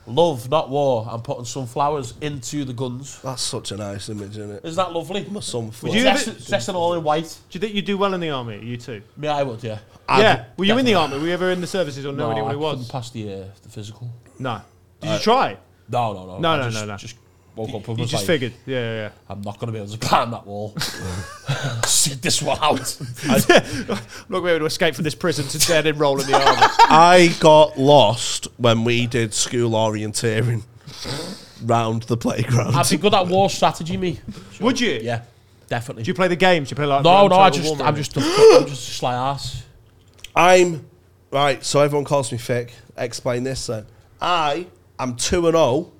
Love, not war, and putting sunflowers into the guns.
That's such a nice image, isn't it?
Isn't that lovely?
My son flew.
you-
Dressing, dressing all in white.
Do you think you do well in the army? You two.
Me, I would, yeah.
I'd-
yeah. Were you in the army? Were you ever in the services or know anyone
I
who
couldn't
was?
pass the, uh, the physical.
No. Did you try?
No, no, no.
No,
I
no,
just,
no, no.
Just woke up and
You
was
just
like,
figured. Yeah, yeah. yeah.
I'm not going to be able to climb that wall. Sit this one out.
I'm not going to be able to escape from this prison to then enroll in the army.
I got lost when we did school orienteering round the playground.
I'd be good at war strategy, me.
Would you?
Yeah, definitely.
Do you play the games? Do you play like
no,
Rome,
no, I
Total
just,
War
I'm
or
just, a, I'm just a sly ass.
I'm right. So everyone calls me thick. Explain this then. I am two and oh,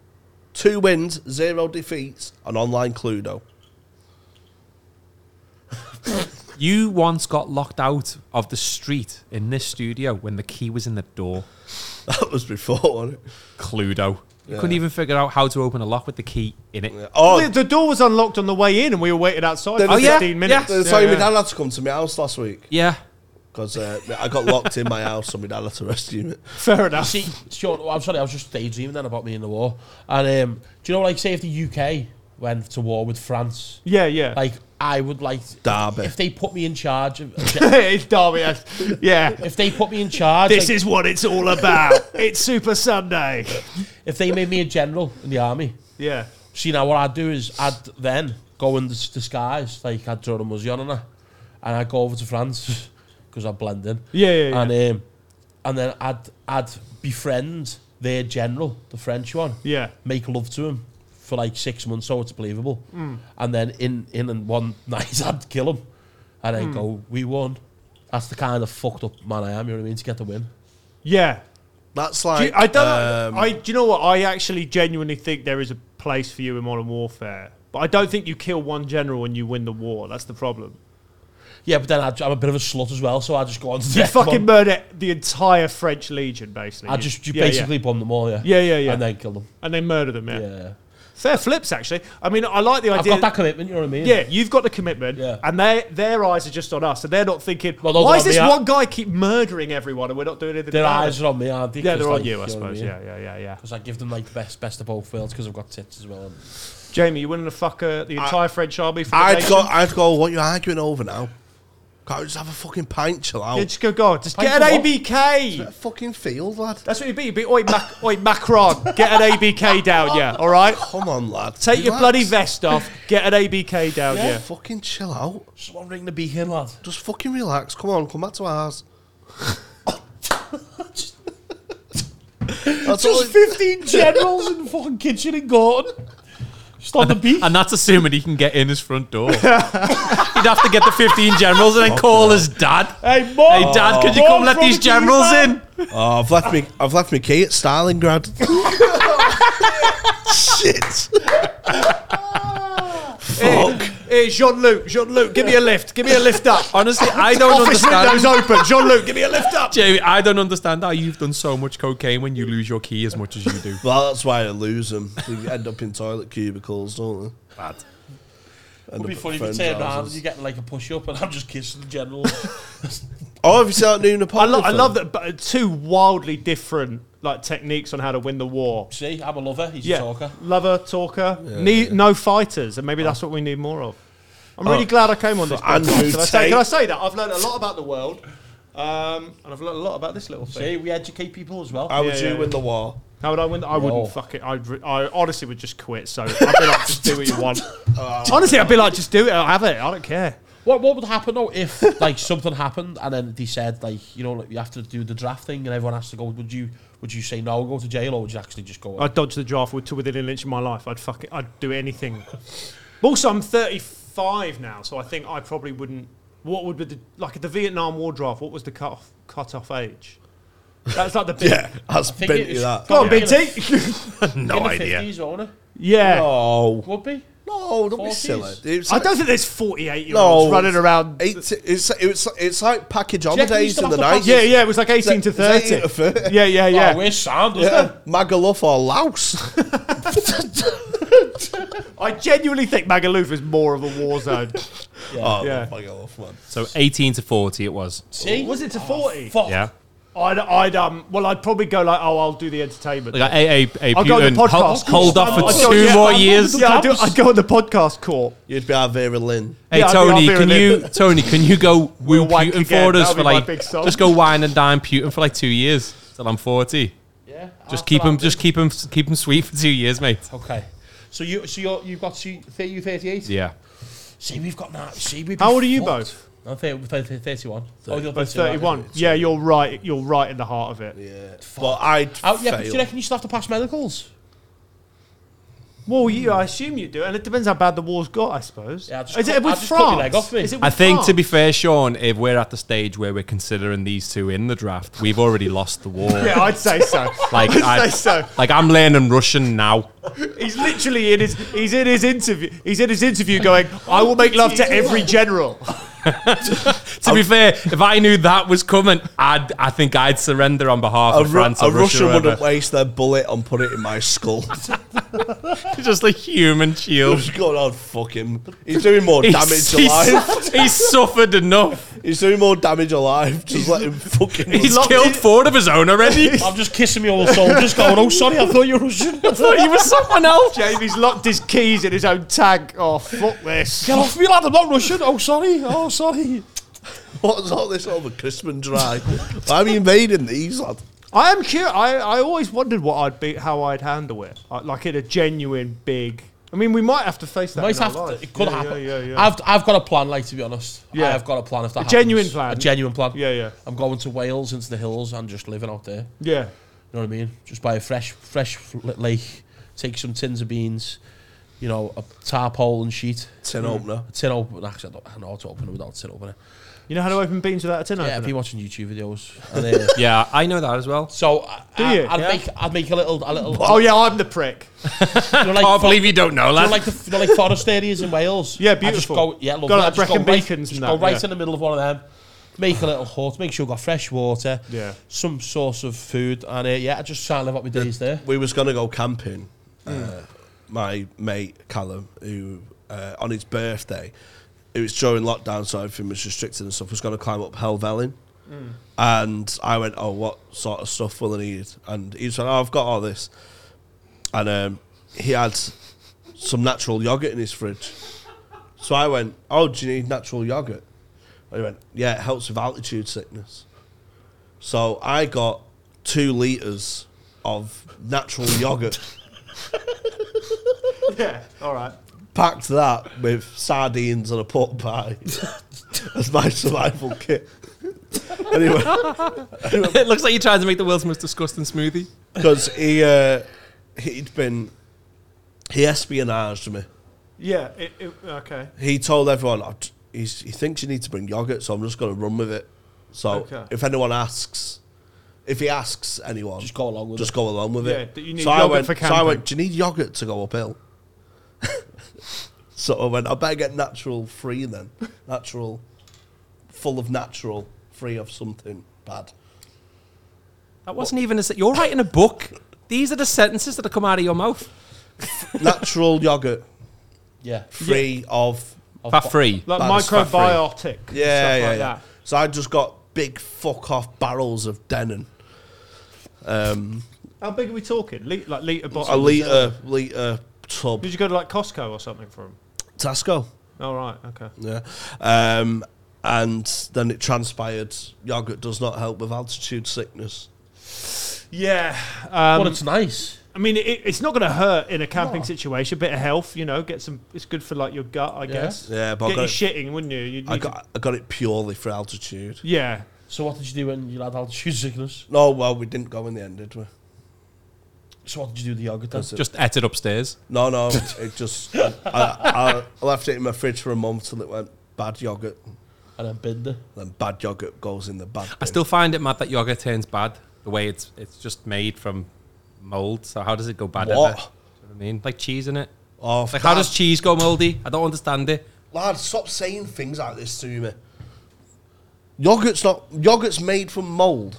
two wins, zero defeats, and online Cluedo.
You once got locked out of the street in this studio when the key was in the door.
That was before, wasn't it?
Cluedo. You couldn't
Yeah.
even figure out how to open a lock with the key in it.
Oh,
The, the door was unlocked on the way in, and we were waiting outside
Then
for
the- yeah,
15 minutes.
they were telling me dad had to come to my house last week
Yeah.
because uh, I got locked in my house, so my dad had to rescue me.
Fair enough.
See, Sean, I'm sorry, I was just daydreaming then about me in the war. And um, do you know, like, say if the UK went to war with France,
Yeah, yeah.
like, I would like,
Derby.
if they put me in charge of,
it's Derby. yes. Yeah.
if they put me in charge,
This
like,
is what it's all about. it's Super Sunday.
if they made me a general in the army,
Yeah.
See now what I'd do is I'd then go in dis- disguise, like I'd draw a muzzy on and that, and I'd go over to France because I'd blend in.
Yeah, yeah, yeah.
And um, and then I'd I'd befriend their general, the French one,
Yeah.
make love to him for like six months, so it's
Mm. Mm.
believable. And then in in and one night I'd kill him, and then go, we won. That's the kind of fucked up man I am. You know what I mean? To get the win.
Yeah.
That's
Do you,
like
I don't.
um,
I. Do you know what? I actually genuinely think there is a place for you in modern warfare, but I don't think you kill one general and you win the war. That's the problem.
Yeah, but then I, I'm a bit of a slut as well, so I just go on to
You
the
fucking murder the entire French legion, basically.
I just you
Yeah, yeah.
basically bomb them all. Yeah.
Yeah, yeah, yeah.
And then kill them.
and then murder them. Yeah.
Yeah.
Fair flips, actually. I mean, I like the
I've
idea.
got that commitment. You know what I mean?
Yeah, you've got the commitment,
Yeah.
and they their eyes are just on us, and they're not thinking,
Well, those
why
are
is this
me, I-
one guy keep murdering everyone and we're not doing anything?
Their
about
eyes
it?
are on me, aren't they?
yeah,
'Cause,
they're on
like,
you, I suppose. Yeah, yeah, yeah, yeah.
Because I give them like the best, best of both worlds because I've got tits as well. And
Jamie, you winning the fucker the entire French army for the
I'd
nation?
go I'd go, what you arguing over now? Can't we just have a fucking pint, chill out.
Yeah, just go, go, on, just
Pint
get an
for what?
ABK.
a fucking field, lad.
That's what you beat. You beat, oi, Mac, oi Macron, get an ABK down, yeah, all right?
Come on, lad.
Take your
Relax.
bloody vest off, get an ABK down, yeah.
Fucking chill out.
someone ring the beacon, lad.
Just fucking relax. Come on, come back to ours. That's all
Just
it-
15 generals in the fucking kitchen in Gorton. Just on the beach.
And that's assuming he can get in his front door. He'd have to get the 15 generals and then call his dad.
Hey, mom,
Hey, dad, could you come let these generals in?
oh, I've left me. I've left my key at Stalingrad. Shit.
Fuck. Hey, Jean Luc, Jean Luc, give me a lift, give me a lift up.
Honestly, I don't
Office windows
understand.
open, Jean Luc, give me a lift up.
Jamie, I don't understand how you've done so much cocaine when you lose your key as much as you do.
Well, that's why I lose them. They end up in toilet cubicles, don't they? Bad. End
It'd be
up at
funny if you
friends'
turn around and
houses.
you're getting like a push up and I'm just kissing the general.
Oh, have you seen that new
I,
Napoleon?
lo- I
film?
love that but, uh, two wildly different like techniques on how to win the war.
See, I'm a lover. He's
Yeah,
a talker.
lover, talker, nee- no fighters, and maybe that's what we need more of. I'm really glad I came on this.
Andrew
podcast. Can I, say,
Tate.
can I say that I've learned a lot about the world, um, and I've learned a lot about this little thing.
See, we educate people as well.
How would
Yeah,
you
yeah,
win the war?
How would I win? that? I
Whoa.
wouldn't fuck it. I'd re- I honestly would just quit. So I'd be like, just do what you want. honestly, I'd be like, just do it. I'll have it. I don't care.
What what would happen though if like something happened and then they said like you know like, you have to do the draft thing and everyone has to go? Would you would you say no, go to jail, or would you actually just go?
I'd dodge the draft with- to within an inch of my life. I'd fuck it. I'd do anything. also, I'm 35 now, so I think I probably wouldn't. What would be the like at the Vietnam War draft? What was the cut off cut off age? That's like the big.
Yeah, that's
think
been
it is-
that.
Go on,
Yeah.
BT.
no in idea. The 50s, won't it?
yeah.
No,
Would be.
no, don't be
40s.
silly. It's
I
like-
don't think there's 48 year olds
No,
running around.
18, it's, it's, it's like package
reckon you
holidays
still
in the
have to
night.
yeah, yeah. It was like 18 to
Is that-
30.
is that it for it?
Yeah, yeah, yeah.
Oh, we're sound, isn't
Yeah,
it?
Magaluf or Laos.
I genuinely think Magaluf is more of a war zone.
Oh,
Yeah.
Magaluf, man.
So 18 to 40 it was.
See,
was it to 40?
fuck.
Yeah.
I'd, I'd, um, well, I'd probably go like, oh, I'll do the entertainment.
Like, hey, hey, hey,
I'll go on the
Putin, hold,
podcast.
hold off
I'd
for
go-
two
yeah,
more
I'd-
years.
Yeah, I'd, do, I'd go on the podcast court.
You'd be our Vera Lynn.
Hey
Yeah, I'll be- I'll
Tony,
be
can
with
you Tony, can you go woo
We'll wank
Putin
again.
for us
That'll
for
be my
like
big song.
just go wine and dine Putin for like two years till I'm forty.
Yeah.
Just
after
keep him,
that.
just keep him, keep him sweet for two years, mate.
Okay. So you so you're, you've got see, thir- you 38.
Yeah,
See, we've got now. See, we.
How old are you both?
I'm 30, 30, 31. Oh, you're
Both
32, aren't you?
31. Yeah, you're right. You're right in the heart of it.
Yeah. But I'd
Oh, yeah,
fail.
but do you reckon you still have to pass medicals?
Well, you, I assume you do, and it depends how bad the war's got, I suppose.
Yeah, I'll just
is it
cut-
with
I'll just cut your
France?
leg off me.
Is it with
I think to be
France?
fair, Sean, if we're at the stage where we're considering these two in the draft, we've already lost the war.
Yeah, I'd say so.
Like,
I'd
I-
say so.
Like I'm learning Russian now.
He's literally in his. He's in his interview. He's in his interview going. I will make love to every general.
To be fair, if I knew that was coming, I'd, I think I'd surrender on behalf
a,
of
Ru-
France
a
or Russia.
Russian wouldn't
whatever.
waste their bullet and put it in my skull.
just a human shield.
What's going on? Fuck him. He's doing more damage
He's,
alive.
he's, he's suffered enough.
He's doing more damage alive. Just let him fucking.
He's
locked in-
killed four of his own already.
I'm just kissing me old soul, just going, oh, sorry, I thought you were Russian.
thought you were someone else.
Jamie's locked his keys in his own tank. Oh fuck this!
Get off me, lad, I'm not Russian. Oh, sorry, oh, sorry.
What's all this over crisp and dry? Why are you invading these, lad?
I am curious. I, I always wondered what I'd be, how I'd handle it, I, like in a genuine big. I mean, we might have to face that.
Might
in our
have to,
life.
it could
yeah,
happen.
Yeah, yeah, yeah.
I've, I've got a plan, like, to be honest.
Yeah.
Yeah. I've got a plan if that
A genuine
happens.
plan?
A genuine plan.
Yeah, yeah.
I'm going to Wales, into the hills, and just living out there.
yeah.
You know what I mean? Just buy a fresh, fresh fl- lake, take some tins of beans, you know, a tarpaulin sheet,
Tin opener.
a tin opener. Actually, I don't I know how to open it without a tin opener.
You know how to open beans without a tin
Yeah, I've
opener?
been watching YouTube videos. And, uh,
Yeah, I know that as well.
so I,
Do
I,
you?
I'd
Yeah.
make I'd make a little a little.
Oh yeah, I'm the prick.
you know, like, fo-
Can't believe you don't know,
you know,
lad.
like the you know, like forest areas in Wales.
Yeah,
I just
beautiful.
go, yeah, love
Got
that.
like
just go
Brecon
right,
Beacons
just
and
go
that,
right
yeah.
in the middle of one of them. Make a little hut. Make sure you've got fresh water.
Yeah.
Some source of food, and uh, yeah, I just try and live up my days there.
we was going to go camping. Uh, my mate Callum, who uh, on his birthday, it was during lockdown, so everything was restricted and stuff. Was going to climb up Hell Valley, and I went, "Oh, what sort of stuff will I need?" And he said, "Oh, I've got all this," and um, he had some natural yogurt in his fridge. So I went, "Oh, do you need natural yogurt?" And he went, "Yeah, it helps with altitude sickness." So I got two liters of natural yogurt,
yeah, all right.
packed that with sardines and a pork pie as my survival kit. anyway,
it looks like you tried to make the world's most disgusting smoothie.
because he uh, he'd been he espionaged me.
Yeah, it, it, okay.
He told everyone "Oh, t- he's, he thinks you need to bring yogurt, so I'm just going to run with it. So
Okay.
if anyone asks, if he asks anyone,
Just go along with
just
it.
go along with
Yeah,
it.
that you need
so I
yogurt
went,
for
So I
camping.
went, do you need yogurt to go uphill? so I went, I better get natural free then. Natural, full of natural, free of something bad.
That wasn't even a. se- You're writing a book. These are the sentences that have come out of your mouth.
natural yogurt,
Yeah.
free of.
I'll
Fat
fo-
free.
Like
That is fat-free.
microbiotic. and
Yeah,
stuff
yeah,
like
yeah.
That.
So I just got big fuck off barrels of Denon. Um,
How big are we talking? Le- like liter bottle.
a litre, litre tub.
Did you go to like Costco or something for them?
Tesco.
All right, okay.
Yeah. Um, and then it transpired yogurt does not help with altitude sickness.
Yeah,
Well,
um,
it's nice.
I mean, it, it's not going to hurt in a camping situation. Bit of health, you know, get some. It's good for like your gut, I
Yeah.
guess.
Yeah, but I
Get
got,
you
it,
shitting, wouldn't you? You'd
I
need to-
got I got it purely for altitude.
yeah,
So what did you do when you had altitude sickness?
No, well, we didn't go in the end, did we?
So what did you do with the yogurt then?
That's it.
Just ate it upstairs.
No, no, it, it just I, I, I left it in my fridge for a month till it went bad yogurt.
And then binder.
Then bad yogurt goes in the bad.
I
bin.
still find it mad that yogurt turns bad the way it's it's just made from mold. So how does it go bad?
What?
Ever? Do you know what I mean? Like cheese in it.
oh,
Like how
lad,
does cheese go moldy? I don't understand it.
lad stop saying things like this to me? Yogurt's not yogurt's made from mold.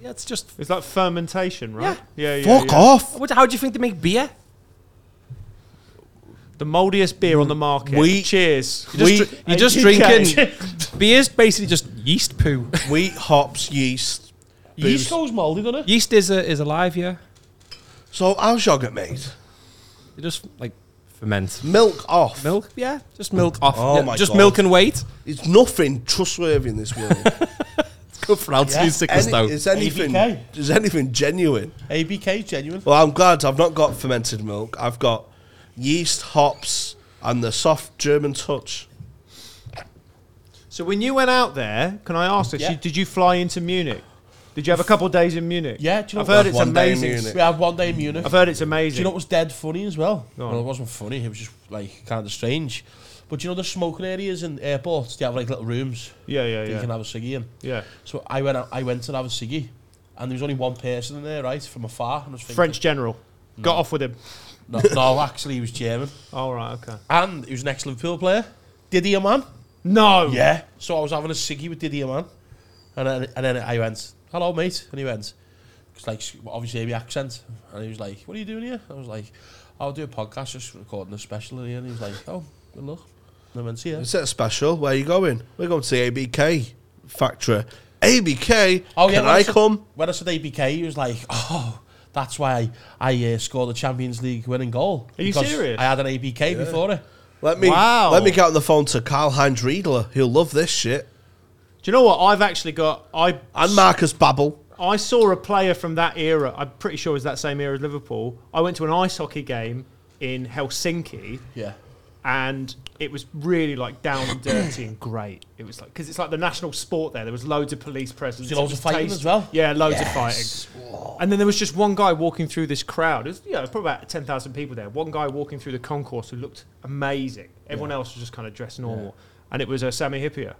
Yeah, it's just.
it's like fermentation, right? Yeah, yeah.
Fuck
yeah.
off.
What, how do you think they make beer?
The mouldiest beer on the market.
We-
cheers.
You're just,
We-
dri- you're just drinking. Beer's basically just yeast poo.
Wheat, hops, yeast.
Yeast
Booze.
goes mouldy, doesn't it?
yeast is a, is alive, yeah.
So how's yogurt made?
It just like ferment.
Milk off.
Milk, yeah, just milk off.
Oh
yeah,
my
just
God.
milk and wait.
It's nothing trustworthy in this world.
It's good for altitude
Yeah.
sickness
Any,
though.
is anything
ABK.
is anything genuine?
ABK, genuine.
Well, I'm glad I've not got fermented milk. I've got yeast, hops, and the soft German touch.
So when you went out there, can I ask this?
Yeah.
You- Did you fly into Munich? Did you have a couple of days in Munich?
Yeah, do you know
I've heard
what?
it's
One day in
amazing.
Munich.
We had one day in Munich.
I've heard it's
Do
amazing.
you know what was dead funny as well?
Go on.
Well, it wasn't funny. It was just like kind of strange. But you know the smoking areas in airports. They have like little rooms
yeah, yeah,
that you can
yeah.
have a ciggy in.
yeah.
So I went. Out, I went to have a ciggy, and there was only one person in there, right, from afar. And I was thinking,
French general got off with him.
No, no, actually, he was German,
All right, okay.
and he was an ex Liverpool player. Didier Man.
No.
Yeah. So I was having a ciggy with Didier Man, and then and then I went, "Hello, mate," and he went, "It's like obviously the accent," and he was like, "What are you doing here?" I was like, "I'll do a podcast, just recording a special here," and he was like, "Oh, good luck." And I went, "See ya."
Is that special? Where are you going? We're going to the ABK factory. ABK?
Oh, yeah,
Can
well,
I
it's a-
come?
When I said ABK, he was like, "Oh." That's why I, I uh, scored the Champions League winning goal.
Are you
because
serious?
I had an ABK before it.
Let me
Wow.
let me get on the phone to Karl Heinz Riedler. He'll love this shit.
Do you know what? I've actually got. I
And Marcus Babbel.
I saw a player from that era. I'm pretty sure it was that same era as Liverpool. I went to an ice hockey game in Helsinki,
Yeah.
and it was really like down and dirty and great. It was like because it's like the national sport there. There was loads of police presence.
Was there loads
It
of fighting
taste-
as well?
Yeah, loads of fighting. And then there was just one guy walking through this crowd. It was you know, probably about ten thousand people there. One guy walking through the concourse who looked amazing. Everyone else was just kind of dressed normal, and it was uh, Sammy Hippier.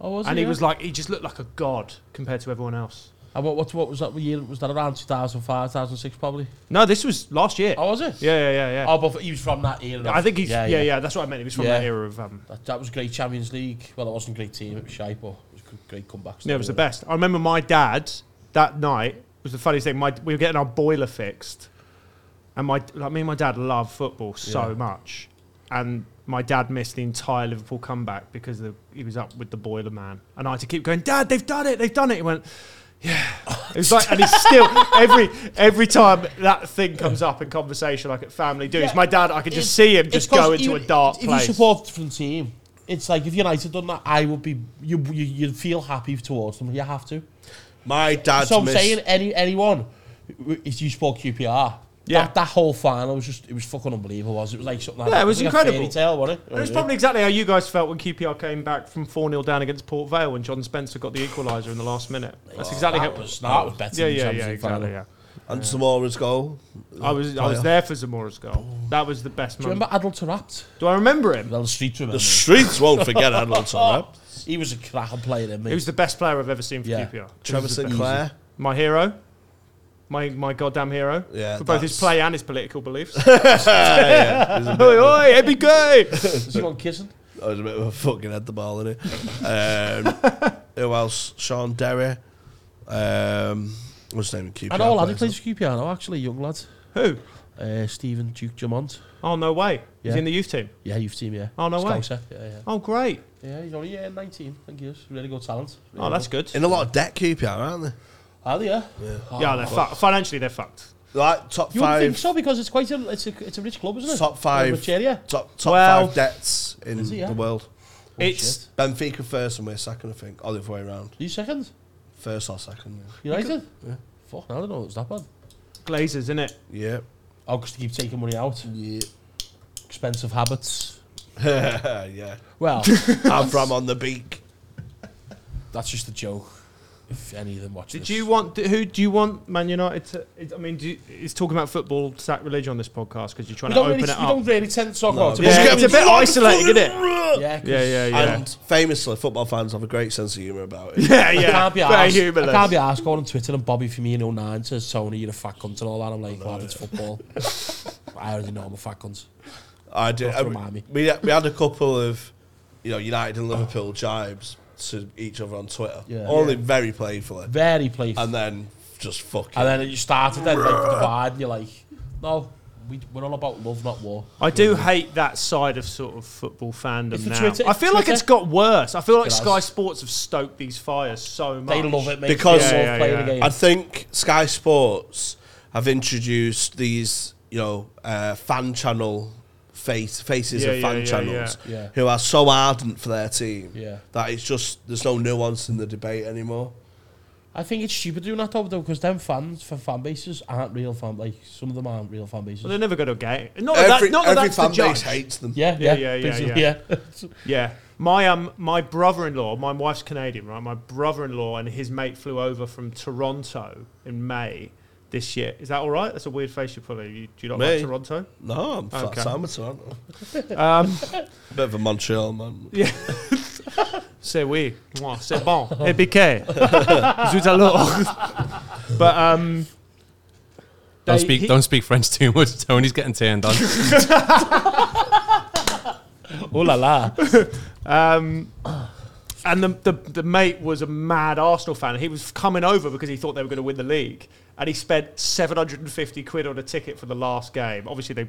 Oh, was
and he
yeah?
was like, he just looked like a god compared to everyone else.
And what, what, what was that year? Was that around 2005, 2006 probably?
No, this was last year.
Oh, was it?
Yeah, yeah, yeah, yeah.
Oh, but he was from that era.
I think he's Oh, yeah yeah. That's what I meant. He was from
Yeah.
that era of um.
That, that was great Champions League. Well, it wasn't a great team. It was shite, but it was a great comeback.
Yeah, it was the
story.
best. I remember my dad that night it was the funniest thing. My we were getting our boiler fixed, and my like me and my dad love football so
Yeah.
much, and my dad missed the entire Liverpool comeback because the, he was up with the boiler man, and I had to keep going, Dad, they've done it, they've done it. He went. Yeah, it was like, and he's still every every time that thing comes up in conversation, like at family dues.
Yeah.
My dad, I could just
It's-
see him
it's
just
'cause
go into
even
a dark
if
place.
you support a different team, it's like if United done that, I would be you. you you'd feel happy towards them. You have to.
My dad's
so I'm
missed.
saying any anyone if you sport QPR.
Yeah.
That, that whole final was just it was fucking unbelievable. Was it? it was like something. like-
Yeah, it was
like a
incredible.
fairy tale, wasn't it?
And it's probably exactly how you guys felt when QPR came back from 4 0 down against Port Vale when John Spencer got the equaliser in the last minute. That's exactly
Oh, that
how
was. That was better.
Yeah,
than
yeah,
Champions
yeah,
League
exactly.
final.
Yeah.
And Zamora's goal.
I was I was there for Zamora's goal. That was the best
Do you
moment.
remember Adult Rapt?
Do I remember him?
Well, the street remember.
The streets won't forget Adlington, that.
He was a cracking player, then, mate.
He was the best player I've ever seen for
Yeah.
QPR.
Trevor Sinclair.
My hero. My my goddamn hero.
Yeah,
for both his
that's-
play and his political beliefs.
yeah, yeah.
oi, oi, Eddie Gay!
Is he on kissing?
I was a bit of a fucking head the ball in it. Um, who else? Sean Derry. Um, what's his name? QPR
An old lad who
player?
plays for QPR now, actually, young lad.
Who?
Uh, Stephen Duke Jamont.
Oh, no way. He's
Yeah.
in the youth team.
Yeah, youth team, yeah.
Oh, no way.
Scouser. Yeah, yeah.
Oh, great.
Yeah, he's only yeah, 19, I think he is. Really good talent. Really
Oh, that's good.
In a lot of debt, QPR, aren't they?
Are they, yeah?
Yeah, they're fu- financially, they're fucked.
Like top
You wouldn't
five,
think so because it's quite a, it's a, it's a rich club, isn't it?
Top five.
A rich area.
top top
Well-
five debts in
Is it, yeah?
the world.
Oh, It's-
Benfica first and we're second, I think. Or the other way around.
Are you second?
First or second. yeah.
United? Yeah. Fuck, I don't know, it's that bad.
Glazers, isn't it?
Yeah.
Oh, because they keep taking money out.
Yeah.
Expensive habits.
yeah.
Well,
I'm from on the beak.
that's just a joke. If any of them watch
Did
this.
you want d- who do you want Man United to? It, I mean, do you, it's talking about football sacrilege on this podcast because you're trying
We
to
don't,
open
really, we
it up.
don't really tend to talk about it.
Yeah, it's a bit isolated, isn't it?
Yeah, 'cause
Yeah, yeah, yeah.
And famously, football fans have a great sense of humour about it.
yeah,
I
yeah.
can't be asked.
Very
I
humorless.
can't be asked going on Twitter and Bobby Firmino nine says Tony, you're a fat cunt and all that. I'm like, lad, it's football. I already know I'm a fat cunt.
I do.
Don't
I-
remind me.
we, we had a couple of, you know, United and Liverpool jibes to each other on Twitter.
Yeah.
Only very playfully.
Very playful.
And then just fucking.
And then you started then like divide. And you're like, no, we, we're all about love, not war.
I do hate that side of sort of football fandom
It's the
now.
Twitter-
I feel like
Twitter.
it's got worse. I feel like
It has.
Sky Sports have stoked these fires so much.
They love it, mate.
Because-
they love
Yeah, yeah,
playing
yeah.
the game.
I think Sky Sports have introduced these, you know, uh, fan channel face faces
Yeah,
of
yeah,
fan
yeah,
channels
yeah. Yeah.
who are so ardent for their team
Yeah.
that it's just there's no nuance in the debate anymore.
I think it's stupid doing that though, though, because them fans for fan bases aren't real fan. Like some of them aren't real fan bases.
Well, they're never going to get it. Not Oh, that,
every
that's not that
every
that's
fan
the judge.
base hates them.
yeah,
Yeah,
yeah,
yeah, yeah,
basically,
yeah.
yeah.
Yeah. My um my brother-in-law, my wife's Canadian, right? My brother-in-law and his mate flew over from Toronto in May this year. Is that all right? That's a weird face you're pulling. You, do you not like
Me?
Toronto?
No, I'm fat
Okay.
Sam, it's all right.
Um,
Bit of a Montreal man.
c'est oui, Mwah, c'est bon, et piqué. Zut alors. But um,
Don't
They-
speak.
he-
don't speak French too much. Tony's getting turned on.
Oh la la.
um, and the, the the mate was a mad Arsenal fan. He was coming over because he thought they were going to win the league, and he spent seven hundred and fifty quid on a ticket for the last game. Obviously, they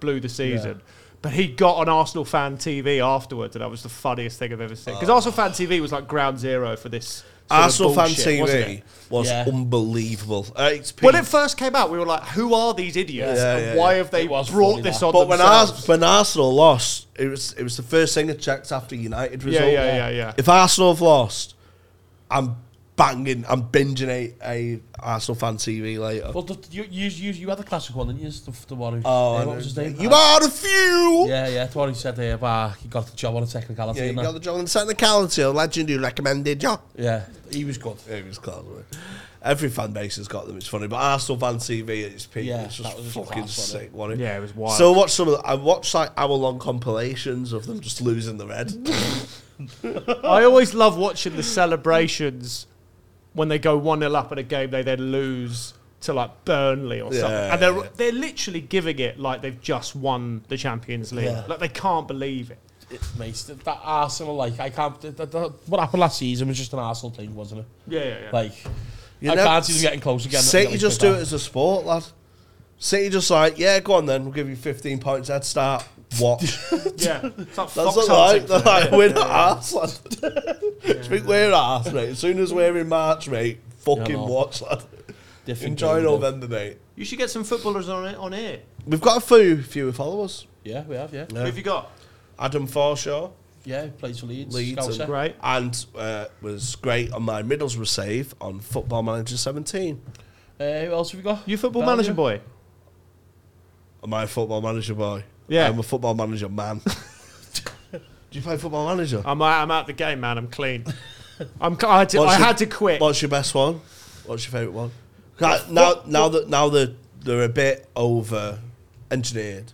blew the season. But he got on Arsenal fan TV afterwards, and that was the funniest thing I've ever seen. Because Arsenal fan TV was like ground zero for this. sort of
Arsenal fan
bullshit, wasn't it?
TV was
Yeah.
unbelievable. Uh, it's
When
peak.
it first came out, we were like, "Who are these idiots?
Yeah,
and
yeah,
why
yeah.
have they
It was
brought
funny
this
that.
on
But when,
themselves?"
Ars- when Arsenal lost, it was it was the first thing I checked after United
yeah,
result.
yeah, yeah, yeah,
If Arsenal have lost, I'm banging. I'm binging a, a Arsenal fan TV later.
Well, the, you, you, you, you had the classic one, didn't you? The, the one who, eh,
Oh, I
what
know.
was his name?
You are a few.
Yeah, yeah, the one who said uh, bah, he got the job on a technicality.
Oh. Yeah, you
innit?
got the job on the technicality. A legend who recommended you.
yeah, he was good.
It was class. wasn't it? Every fan base has got them. It's funny, but Arsenal fan TV at its peak,
Yeah,
it's
that
just
was just
fucking
class, wasn't it?
sick. Wasn't it?
Yeah, it was wild.
So I watched some of. The, I watched like hour long compilations of them just losing the red.
I always love watching the celebrations when they go 1 0 up at a game they then lose to like Burnley or
Yeah,
something. And they're,
yeah.
they're literally giving it like they've just won the Champions League.
Yeah.
Like they can't believe it.
Mate, that, that Arsenal, like, I can't. That, that, that, what happened last season was just an Arsenal thing, wasn't it?
Yeah, yeah, yeah.
Like,
You
I
know,
can't see them getting close again.
City
Getting
just
close
do it as a sport, lad. City just like, yeah, go on then. We'll give you 15 points head start. Watch.
yeah. It's like
That's
fox
not right.
hunting.
They're like, we're not arse, lad. I think we're arse, mate. As soon as we're in March, mate, fucking
Yeah, I know.
watch, lad.
Different
Enjoy
game, though.
November, mate.
You should get some footballers on it on here.
We've got a few fewer followers.
Yeah, we have, yeah.
Who have you got?
Adam Forshaw
Yeah, he plays for Leeds.
Leeds
Scouser.
and-
Great.
and uh, was great on my Middlesbrough save on Football Manager 17.
Uh, who else have we got?
You football
Value?
manager boy.
Am I a football manager boy?
Yeah.
I'm a football manager man. Do you play football manager?
I'm out, I'm out the game, man. I'm clean. I'm, cl- I, had to,
What's
I
your-
had to quit.
What's your best one? What's your favourite one? Like, Now, now that now that they're a bit over engineered,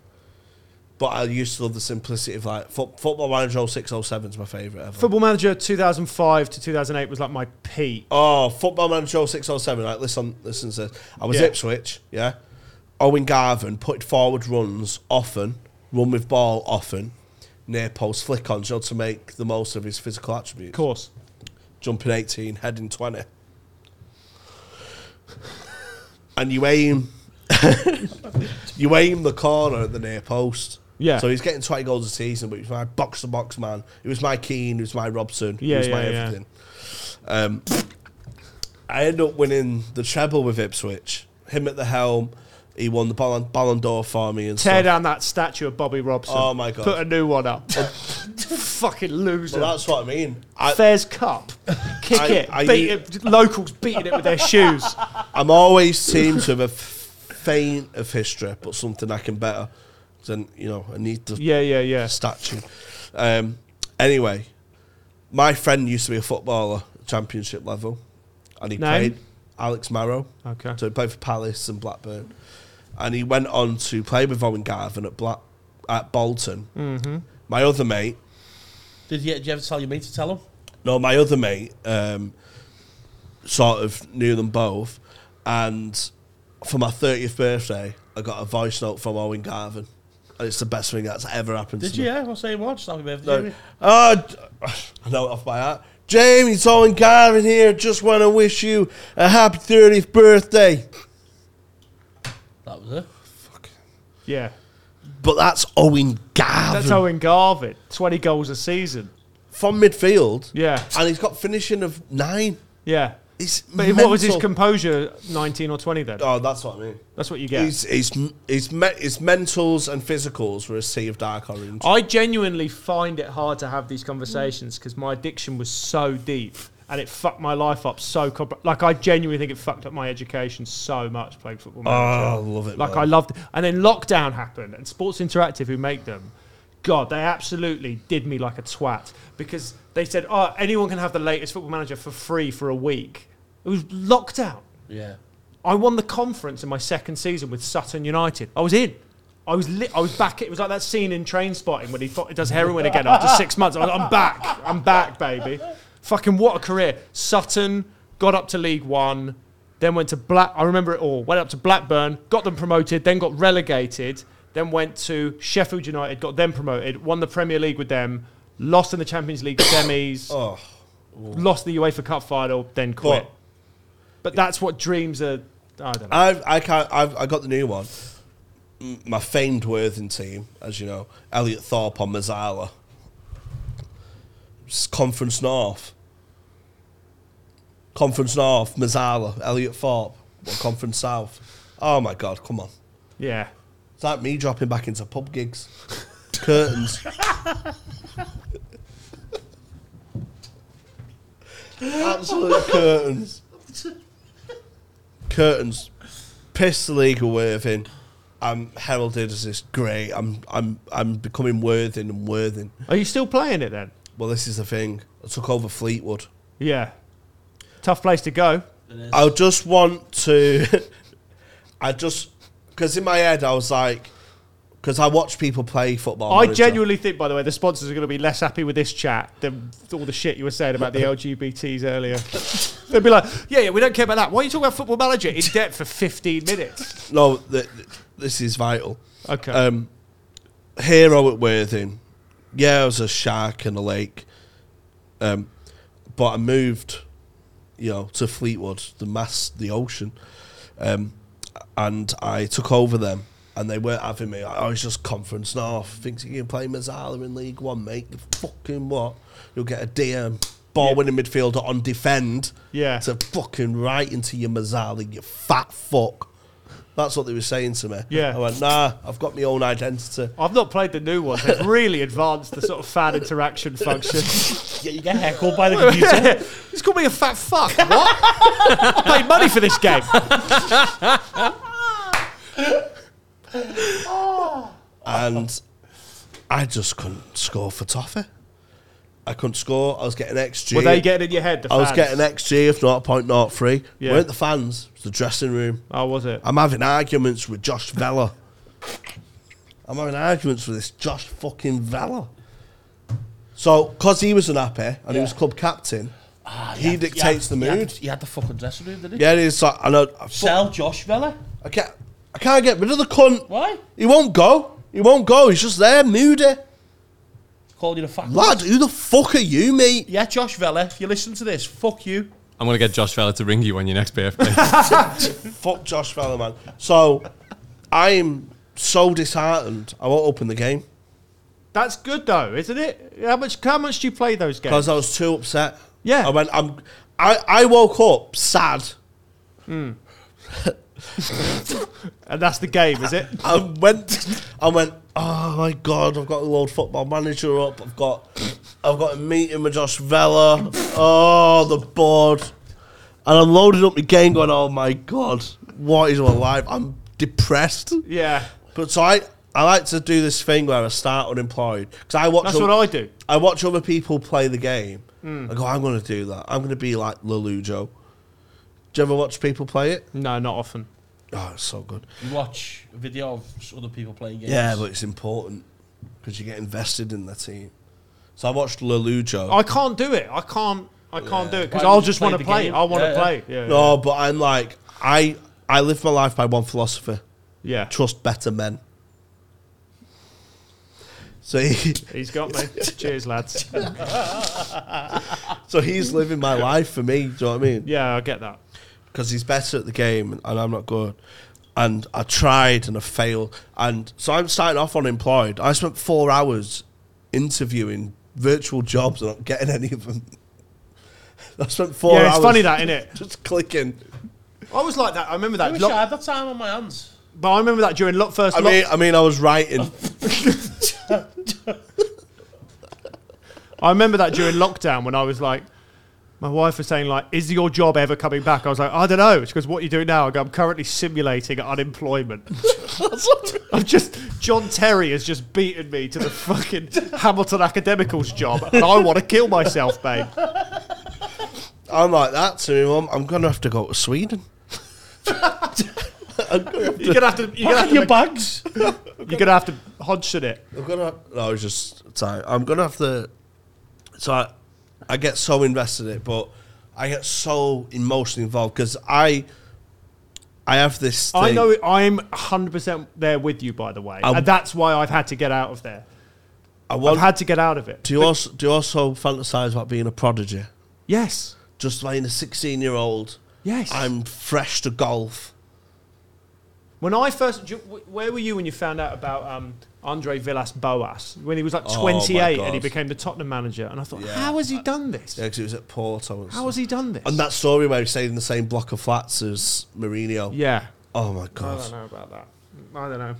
but I used to love the simplicity of like fo- football manager 0607 is my favourite ever.
Football Manager 2005 to 2008 was like my peak.
Oh, Football Manager 0607. Like, listen, listen to this. I was
Yeah.
Ipswich, yeah. Owen Garvin put forward runs often, run with ball often, near post flick ons, you know, to make the most of his physical attributes.
Of course.
Jumping 18, heading 20. and you aim. you aim the corner at the near post.
Yeah.
So he's getting 20 goals a season, but he was my box to box man. He was my Keane, he was my Robson, he
Yeah,
was my
yeah, yeah.
everything. Um, I ended up winning the treble with Ipswich. Him at the helm. He won the Ballon, Ballon d'Or for me and
Tear
stuff.
down that statue of Bobby Robson.
Oh my God.
Put a new one up. Fucking loser.
Well, that's what I mean. I,
Fairs Cup. Kick
I-
it.
I
beat
u-
it. Locals beating it with their shoes.
I'm always teams with a f- feint of history, but something I can better. Then you know, I need the
Yeah, yeah, yeah.
statue. Um, anyway, my friend used to be a footballer, championship level, and he
Name?
played Alex Marrow.
Okay.
So he played for Palace and Blackburn, and he went on to play with Owen Garvin at Black at Bolton. Mm-hmm. My other mate,
Did you, did you ever tell your mate to tell him?
no, my other mate um, sort of knew them both. And for my 30th birthday, I got a voice note from Owen Garvin. And it's the best thing that's ever happened
Did
to
you?
me.
Yeah, I'll say what. Just happy birthday.
No,
Jamie.
oh, d- I know it off by heart. Jamie, it's Owen Garvin here. Just want to wish you a happy 30th birthday.
That was it.
Yeah.
But that's Owen Garvin
That's Owen Garvin. 20 goals a season.
from midfield.
Yeah.
And he's got finishing of nine.
Yeah.
It's
But what was his
mental.
composure? 19 or 20 then?
Oh, that's what I mean.
That's what you get.
His, his, his, me- his mentals and physicals were a sea of dark orange.
I genuinely find it hard to have these conversations because my addiction was so deep and it fucked my life up so. Comp- like, I genuinely think it fucked up my education so much playing football. Manager.
love it.
Oh, Like I loved, and then lockdown happened, and Sports Interactive, who make them, God, they absolutely did me like a twat because they said, "Oh, anyone can have the latest Football Manager for free for a week." It was lockdown.
Yeah.
I won the conference in my second season with Sutton United. I was in. I was lit. I was back. It was like that scene in Train Spotting when he thought he does heroin again after six months. I was, I'm back. I'm back, baby. Fucking what a career. Sutton got up to League One, then went to Black. I remember it all. Went up to Blackburn, got them promoted, then got relegated, then went to Sheffield United, got them promoted, won the Premier League with them, lost in the Champions League semis,
Oh,
lost the UEFA Cup final, then quit.
but
But that's what dreams are. I don't know.
I've, I can't. I've I got the new one. M- My famed Worthing team, as you know, Elliot Thorpe on Mazzala. S- Conference North. Conference North, Mazzala, Elliot Thorpe, or Conference South. Oh my God! Come on,
Yeah.
it's like me dropping back into pub gigs, curtains. Absolute curtains. curtains. Piss the league away of him. I'm heralded as this great. I'm I'm I'm becoming worthing and worthing.
Are you still playing it then?
Well, this is the thing. I took over Fleetwood.
Yeah. Tough place to go.
I just want to. I just because in my head I was like, because I watch people play football.
I
Manager.
genuinely think, by the way, the sponsors are going to be less happy with this chat than all the shit you were saying about the LGBTs earlier. They'd be like, yeah, yeah, we don't care about that. Why are you talking about football manager in depth for 15 minutes?
no. Th- th- this is vital.
Okay.
Um, hero at Worthing. Yeah, I was a shark in the lake. Um, but I moved, you know, to Fleetwood, the mass, the ocean, um, and I took over them. And they weren't having me. I was just conference north. Thinks you can play Mazzala in League One, mate. You fucking what? You'll get a DM ball winning midfielder on defend.
Yeah.
To fucking right into your Mazzala, you fat fuck. That's what they were saying to me.
Yeah.
I went, nah, I've got my own identity.
I've not played the new ones. They've really advanced the sort of fan interaction function.
Yeah, you get heckled by the computer.
He's called me a fat fuck. What? I paid money for this game.
and I just couldn't score for Toffee. I couldn't score. I was getting XG.
Were they getting in your head? The
I
fans?
was getting XG, if not point not three.
Yeah.
Weren't the fans? It was the dressing room.
Oh, was it?
I'm having arguments with Josh Vella. I'm having arguments with this Josh fucking Vella. So, because he was unhappy and he was club captain,
Ah,
He dictates the
he had-
mood.
He had the fucking dressing room, didn't he?
yeah, he's like, I know. I fu-
Sell Josh Vella.
I can't, I can't get rid of the cunt.
Why?
He won't go. He won't go. He's just there, moody.
Called you a fuck.
Lad, who the fuck are you, mate?
Yeah, Josh Vella. If you listen to this, fuck you.
I'm gonna get Josh Fowler to ring you on your next birthday.
Fuck Josh Fowler, man. So I'm so disheartened. I won't open the game
That's good though, isn't it? How much? How much do you play those games?
because I was too upset.
Yeah.
I went. I'm. I, I woke up sad.
And that's the game, is it?
I went. I went. Oh my god! I've got the old football manager up. I've got. I've got a meeting with Josh Vella. Oh, the board. And I'm loading up the game, going, "Oh my god, what is my life? I'm depressed."
Yeah,
But so I, I like to do this thing where I start unemployed because I watch.
that's
o-
what I do.
I watch other people play the game. I go, I'm going to do that. I'm going to be like Lelujo. Do you ever watch people play it?
No, not often.
Oh, it's so good.
You watch a video of other people playing games.
Yeah, but it's important because you get invested in the team. So I watched Lelujo.
I can't do it. I can't. I can't do it because
Why
I'll
would you
just
play
want to
the
play.
game?
I want to
Yeah, yeah.
play. Yeah,
no, but I'm like, I, I live my life by one philosophy
yeah.
trust better men. So he,
He's got me. Cheers, lads.
so he's living my life for me. Do you know what I mean?
Yeah, I get that.
because he's better at the game and I'm not good. And I tried and I failed. And so I'm starting off unemployed. I spent four hours interviewing virtual jobs and not getting any of them. I spent four
yeah,
hours.
it's funny that, isn't it?
Just clicking.
I was like that. I remember
I
that.
wish
Lock,
I had that time on my hands.
but I remember that during lock first.
I
lock-
mean, I mean, I was writing.
I remember that during lockdown when I was like, my wife was saying like, "Is your job ever coming back?" I was like, "I don't know." She goes, "What are you doing now?" I go, "I'm currently simulating unemployment." I'm just John Terry has just beaten me to the fucking Hamilton Academicals job, and I want to kill myself, babe.
I'm like that to him. I'm, I'm going to have to go to Sweden. I'm going
You're gonna have to. You're gonna have
Pack
to.
your
Make,
bags.
you're gonna have to Hodgson it.
to. No, I was just tired. I'm going to have to. So I, I get so invested in it, but I get so emotionally involved because I, I have this. Thing.
I know. it- I'm 100 percent there with you, by the way,
I'm-
and that's why I've had to get out of there.
I
I've
want.
had to get out of it.
do you also do you also fantasize about being a prodigy?
Yes.
Just like a sixteen-year-old.
Yes.
I'm fresh to golf.
When I first, do you- wh- where were you when you found out about um, Andre Villas Boas when he was like
Oh, my
28 and he
God.
became the Tottenham manager? And I thought,
Yeah.
how has he done this?
Yeah, because it was at Porto. And
How has he done this?
And that story where he stayed in the same block of flats as Mourinho.
yeah,
Oh my
I
god.
don't know about that. I don't know.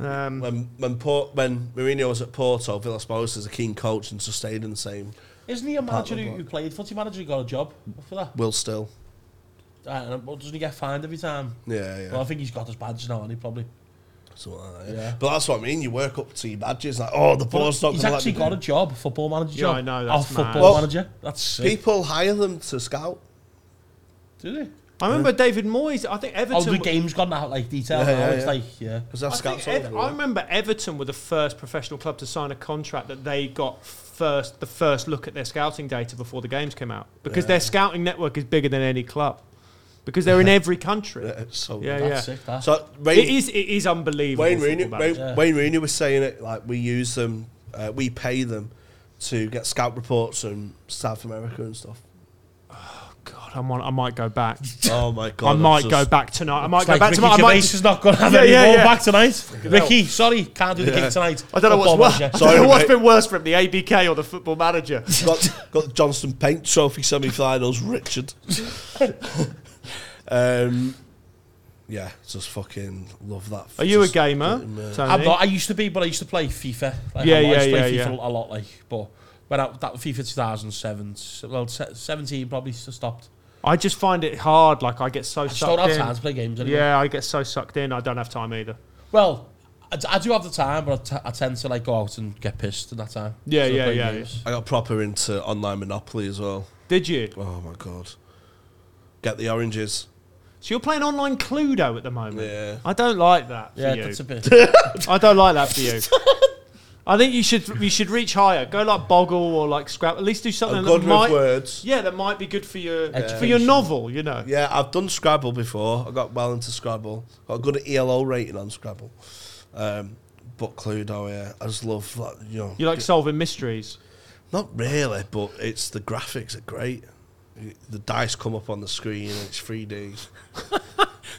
Um,
When when Port, when Mourinho was at Porto, Villas-Boas is a keen coach and just stayed in the same
Isn't he a manager
Partly,
who,
but-
who played footy manager who got a job for that?
Will still.
Uh, and, well, doesn't he get fined every time?
Yeah, yeah.
Well, I think he's got his badge now, and he probably.
Something like that, yeah.
Yeah.
But that's what I mean. You work up to your badges, like, oh, the board's not
he's
going to let
actually
me
got
do
a job, football manager
Yeah,
job.
I know,
Our
that's mad.
football
Well,
manager. That's
it.
sick.
People hire them to scout.
Do they?
I
uh,
remember David Moyes. I think
Oh,
Everton.
the
were-
game's gone out like detail
Yeah,
now.
yeah,
It's
yeah.
like yeah.
Because
I,
they've
think
scouts all
Ev-
over the
I
world.
remember Everton were the first professional club to sign a contract that they got first the first look at their scouting data before the games came out because their scouting network is bigger than any club because they're in every country.
Yeah, it's so
Yeah,
That's
yeah.
sick. That.
So Wayne,
It is it is unbelievable.
Wayne Rooney,
football
Wayne,
manager.
Yeah.
Wayne Rooney was saying it like we use them, uh, we pay them to get scout reports from South America and stuff.
God, I'm on, I might go back.
Oh my god!
I
that's
might
just-
go back tonight. I might
It's
go
like
back
Ricky
tomorrow. I
Gervais
might
is not going to have
Yeah,
any
yeah,
more
yeah.
back tonight. Ricky, sorry, can't do the
Yeah.
gig tonight.
I don't know what's
Football
worse. I
manager.
don't
Sorry,
know what's
mate.
been worse for him, the ABK or the Football Manager.
got, got the Johnston Paint Trophy semi-finals, Richard. um, yeah, just fucking love that.
Are you a
Just-
gamer?
uh,
Tony?
I'm not. I used to be, but I used to play FIFA. Like,
Yeah,
I, I used to
yeah,
play
yeah,
FIFA
yeah.
a lot. Like, but when I, that FIFA 2007, s- well, se- 17 probably s- stopped.
I just find it hard. Like I get so
I just
sucked
don't have
in.
time to play games anymore.
Yeah, I get so sucked in. I don't have time either.
Well, I, d- I do have the time, but I, t- I tend to like go out and get pissed at that time.
Yeah,
So I
yeah,
play
yeah,
games.
I got proper into online Monopoly as well.
Did you?
Oh my god! Get the oranges.
So you're playing online Cluedo at the moment.
Yeah.
I don't like that for
Yeah,
you.
that's a bit.
I don't like that for you. I think you should you should reach higher. Go like Boggle or like Scrap. At least do
I'm
something
good
that
with
might.
words.
Yeah, that might be good for your for your
Education.
novel. You know.
Yeah, I've done Scrabble before. I got well into Scrabble. Got a good ELO rating on Scrabble. Um, but Cluedo, yeah, I just love that. You know,
You like solving mysteries.
not really, but it's the graphics are great. The dice come up on the screen. And it's 3D.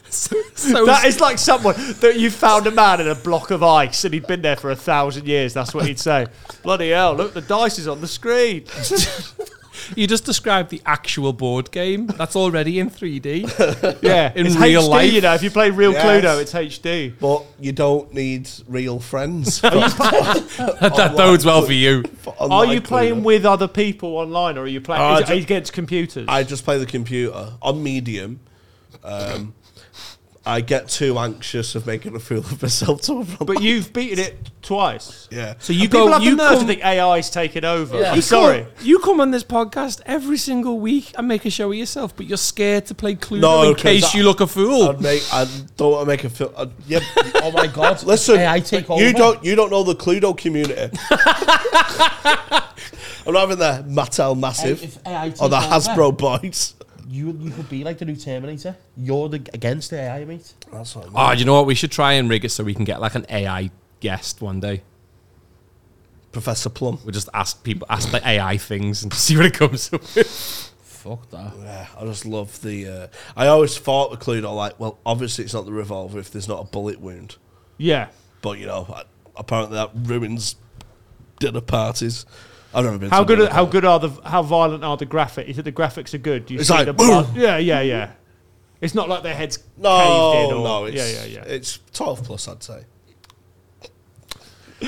So
That is like someone that you found a man in a block of ice and he'd been there for a thousand years. That's what he'd say. Bloody hell! Look, the dice is on the screen.
you just described the actual board game that's already in 3D.
Yeah,
In
it's
real
HD,
life.
You know, if you play real
Yes.
Cluedo, it's HD.
But you don't need real friends.
Oh,
that bodes well for you.
Are you playing with other people online, or are you playing
Uh,
is it
ju-
against computers?
I just play the computer on medium. Um, I get too anxious of making a fool of myself to a problem.
but you've beaten it twice.
yeah.
So you
People
go.
have
You
the nerve to
come,
think AI's taken over. I'm
you
sorry.
Come, you come on this podcast every single week and make a show of yourself, but you're scared to play Cluedo
No,
in
'cause
case
I-
you look a fool.
I'd make, I don't want to make a fool. I'd- Yeah,
oh my god!
listen,
hey, I take over.
you don't you don't know the Cluedo community. I'm having the Mattel
Hey,
Massive
if AI take
or the
over,
Hasbro Boys.
You you could be like the new Terminator. You're the against AI, mate.
That's what I mean.
Oh, you know what? We should try and rig it so we can get like an AI guest one day.
Professor Plum.
We'll just ask people, ask the AI things and see what it comes up with.
Fuck that.
Yeah, I just love the. Uh, I always thought with Cluedo, like, well, obviously it's not the revolver if there's not a bullet wound.
Yeah.
But you know, I- apparently that ruins dinner parties. I've never been.
How
to a
good?
dinner
Are, how
party.
good are the? How violent are the graphics? Is it the graphics are good? Do you
It's
see
like,
the
boom.
blood? Yeah, yeah, yeah. It's not like their heads caved in.
No,
Or,
no, it's,
yeah, yeah, yeah.
it's twelve plus, I'd say.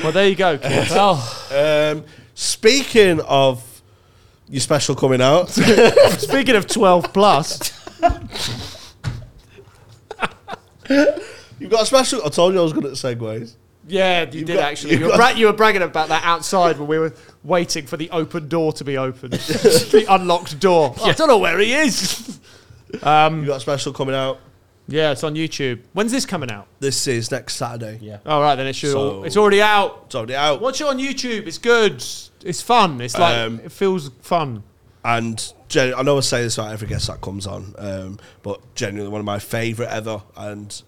well, there you go. Oh. Keith.
Well,
Um, speaking of your special coming out,
Speaking of twelve plus,
you've got a special. I told you I was good at segues.
yeah, you did
got-
actually.
you've
You were,
got-
bra- you were bragging about that outside when we were waiting for the open door to be opened, the unlocked door. I don't know where he is.
You've got a special coming out.
Yeah, it's on YouTube. When's this coming out?
This is next Saturday.
yeah.
All right, then it should.
So-
it's already out.
It's already out,
Watch it on YouTube. It's good. It's fun. It's like
Um,
it feels fun.
and gen- I know I say this about every guest that comes on, um, but genuinely one of my favourite ever, and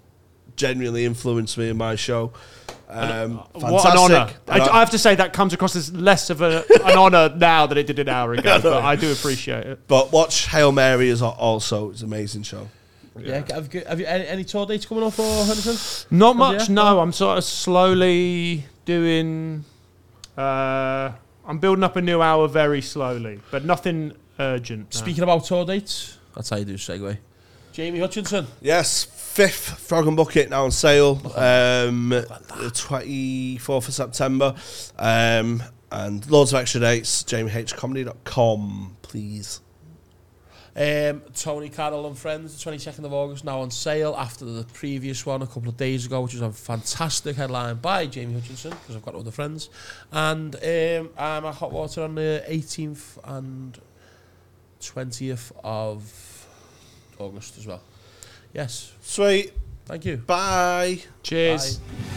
genuinely influenced me in my show. Um,
uh, What an honour!
fantastic.
I, I have to say that comes across as less of a, an honour now than it did an hour ago, but I do appreciate it.
But watch Hail Mary is al- also it's an amazing show.
Yeah. Have, you- have you any, any tour dates coming up or anything? Have
Not much.
you?
No, I'm sort of slowly doing. Uh, I'm building up a new hour very slowly, but nothing urgent. no.
Speaking about tour dates, that's how you do segue. Jamie Hutchinson.
Yes, fifth Frog and Bucket now on sale. Um, the twenty fourth of September. Um, And loads of extra dates, jamiehcomedy.com, please.
Um, Tony Carroll and Friends, the 22nd of August, now on sale after the previous one a couple of days ago, which was a fantastic headline by Jamie Hutchinson, because I've got other friends. And um, I'm at Hot Water on the 18th and 20th of August as well. Yes,
Sweet.
thank you.
Bye.
Cheers.
Bye.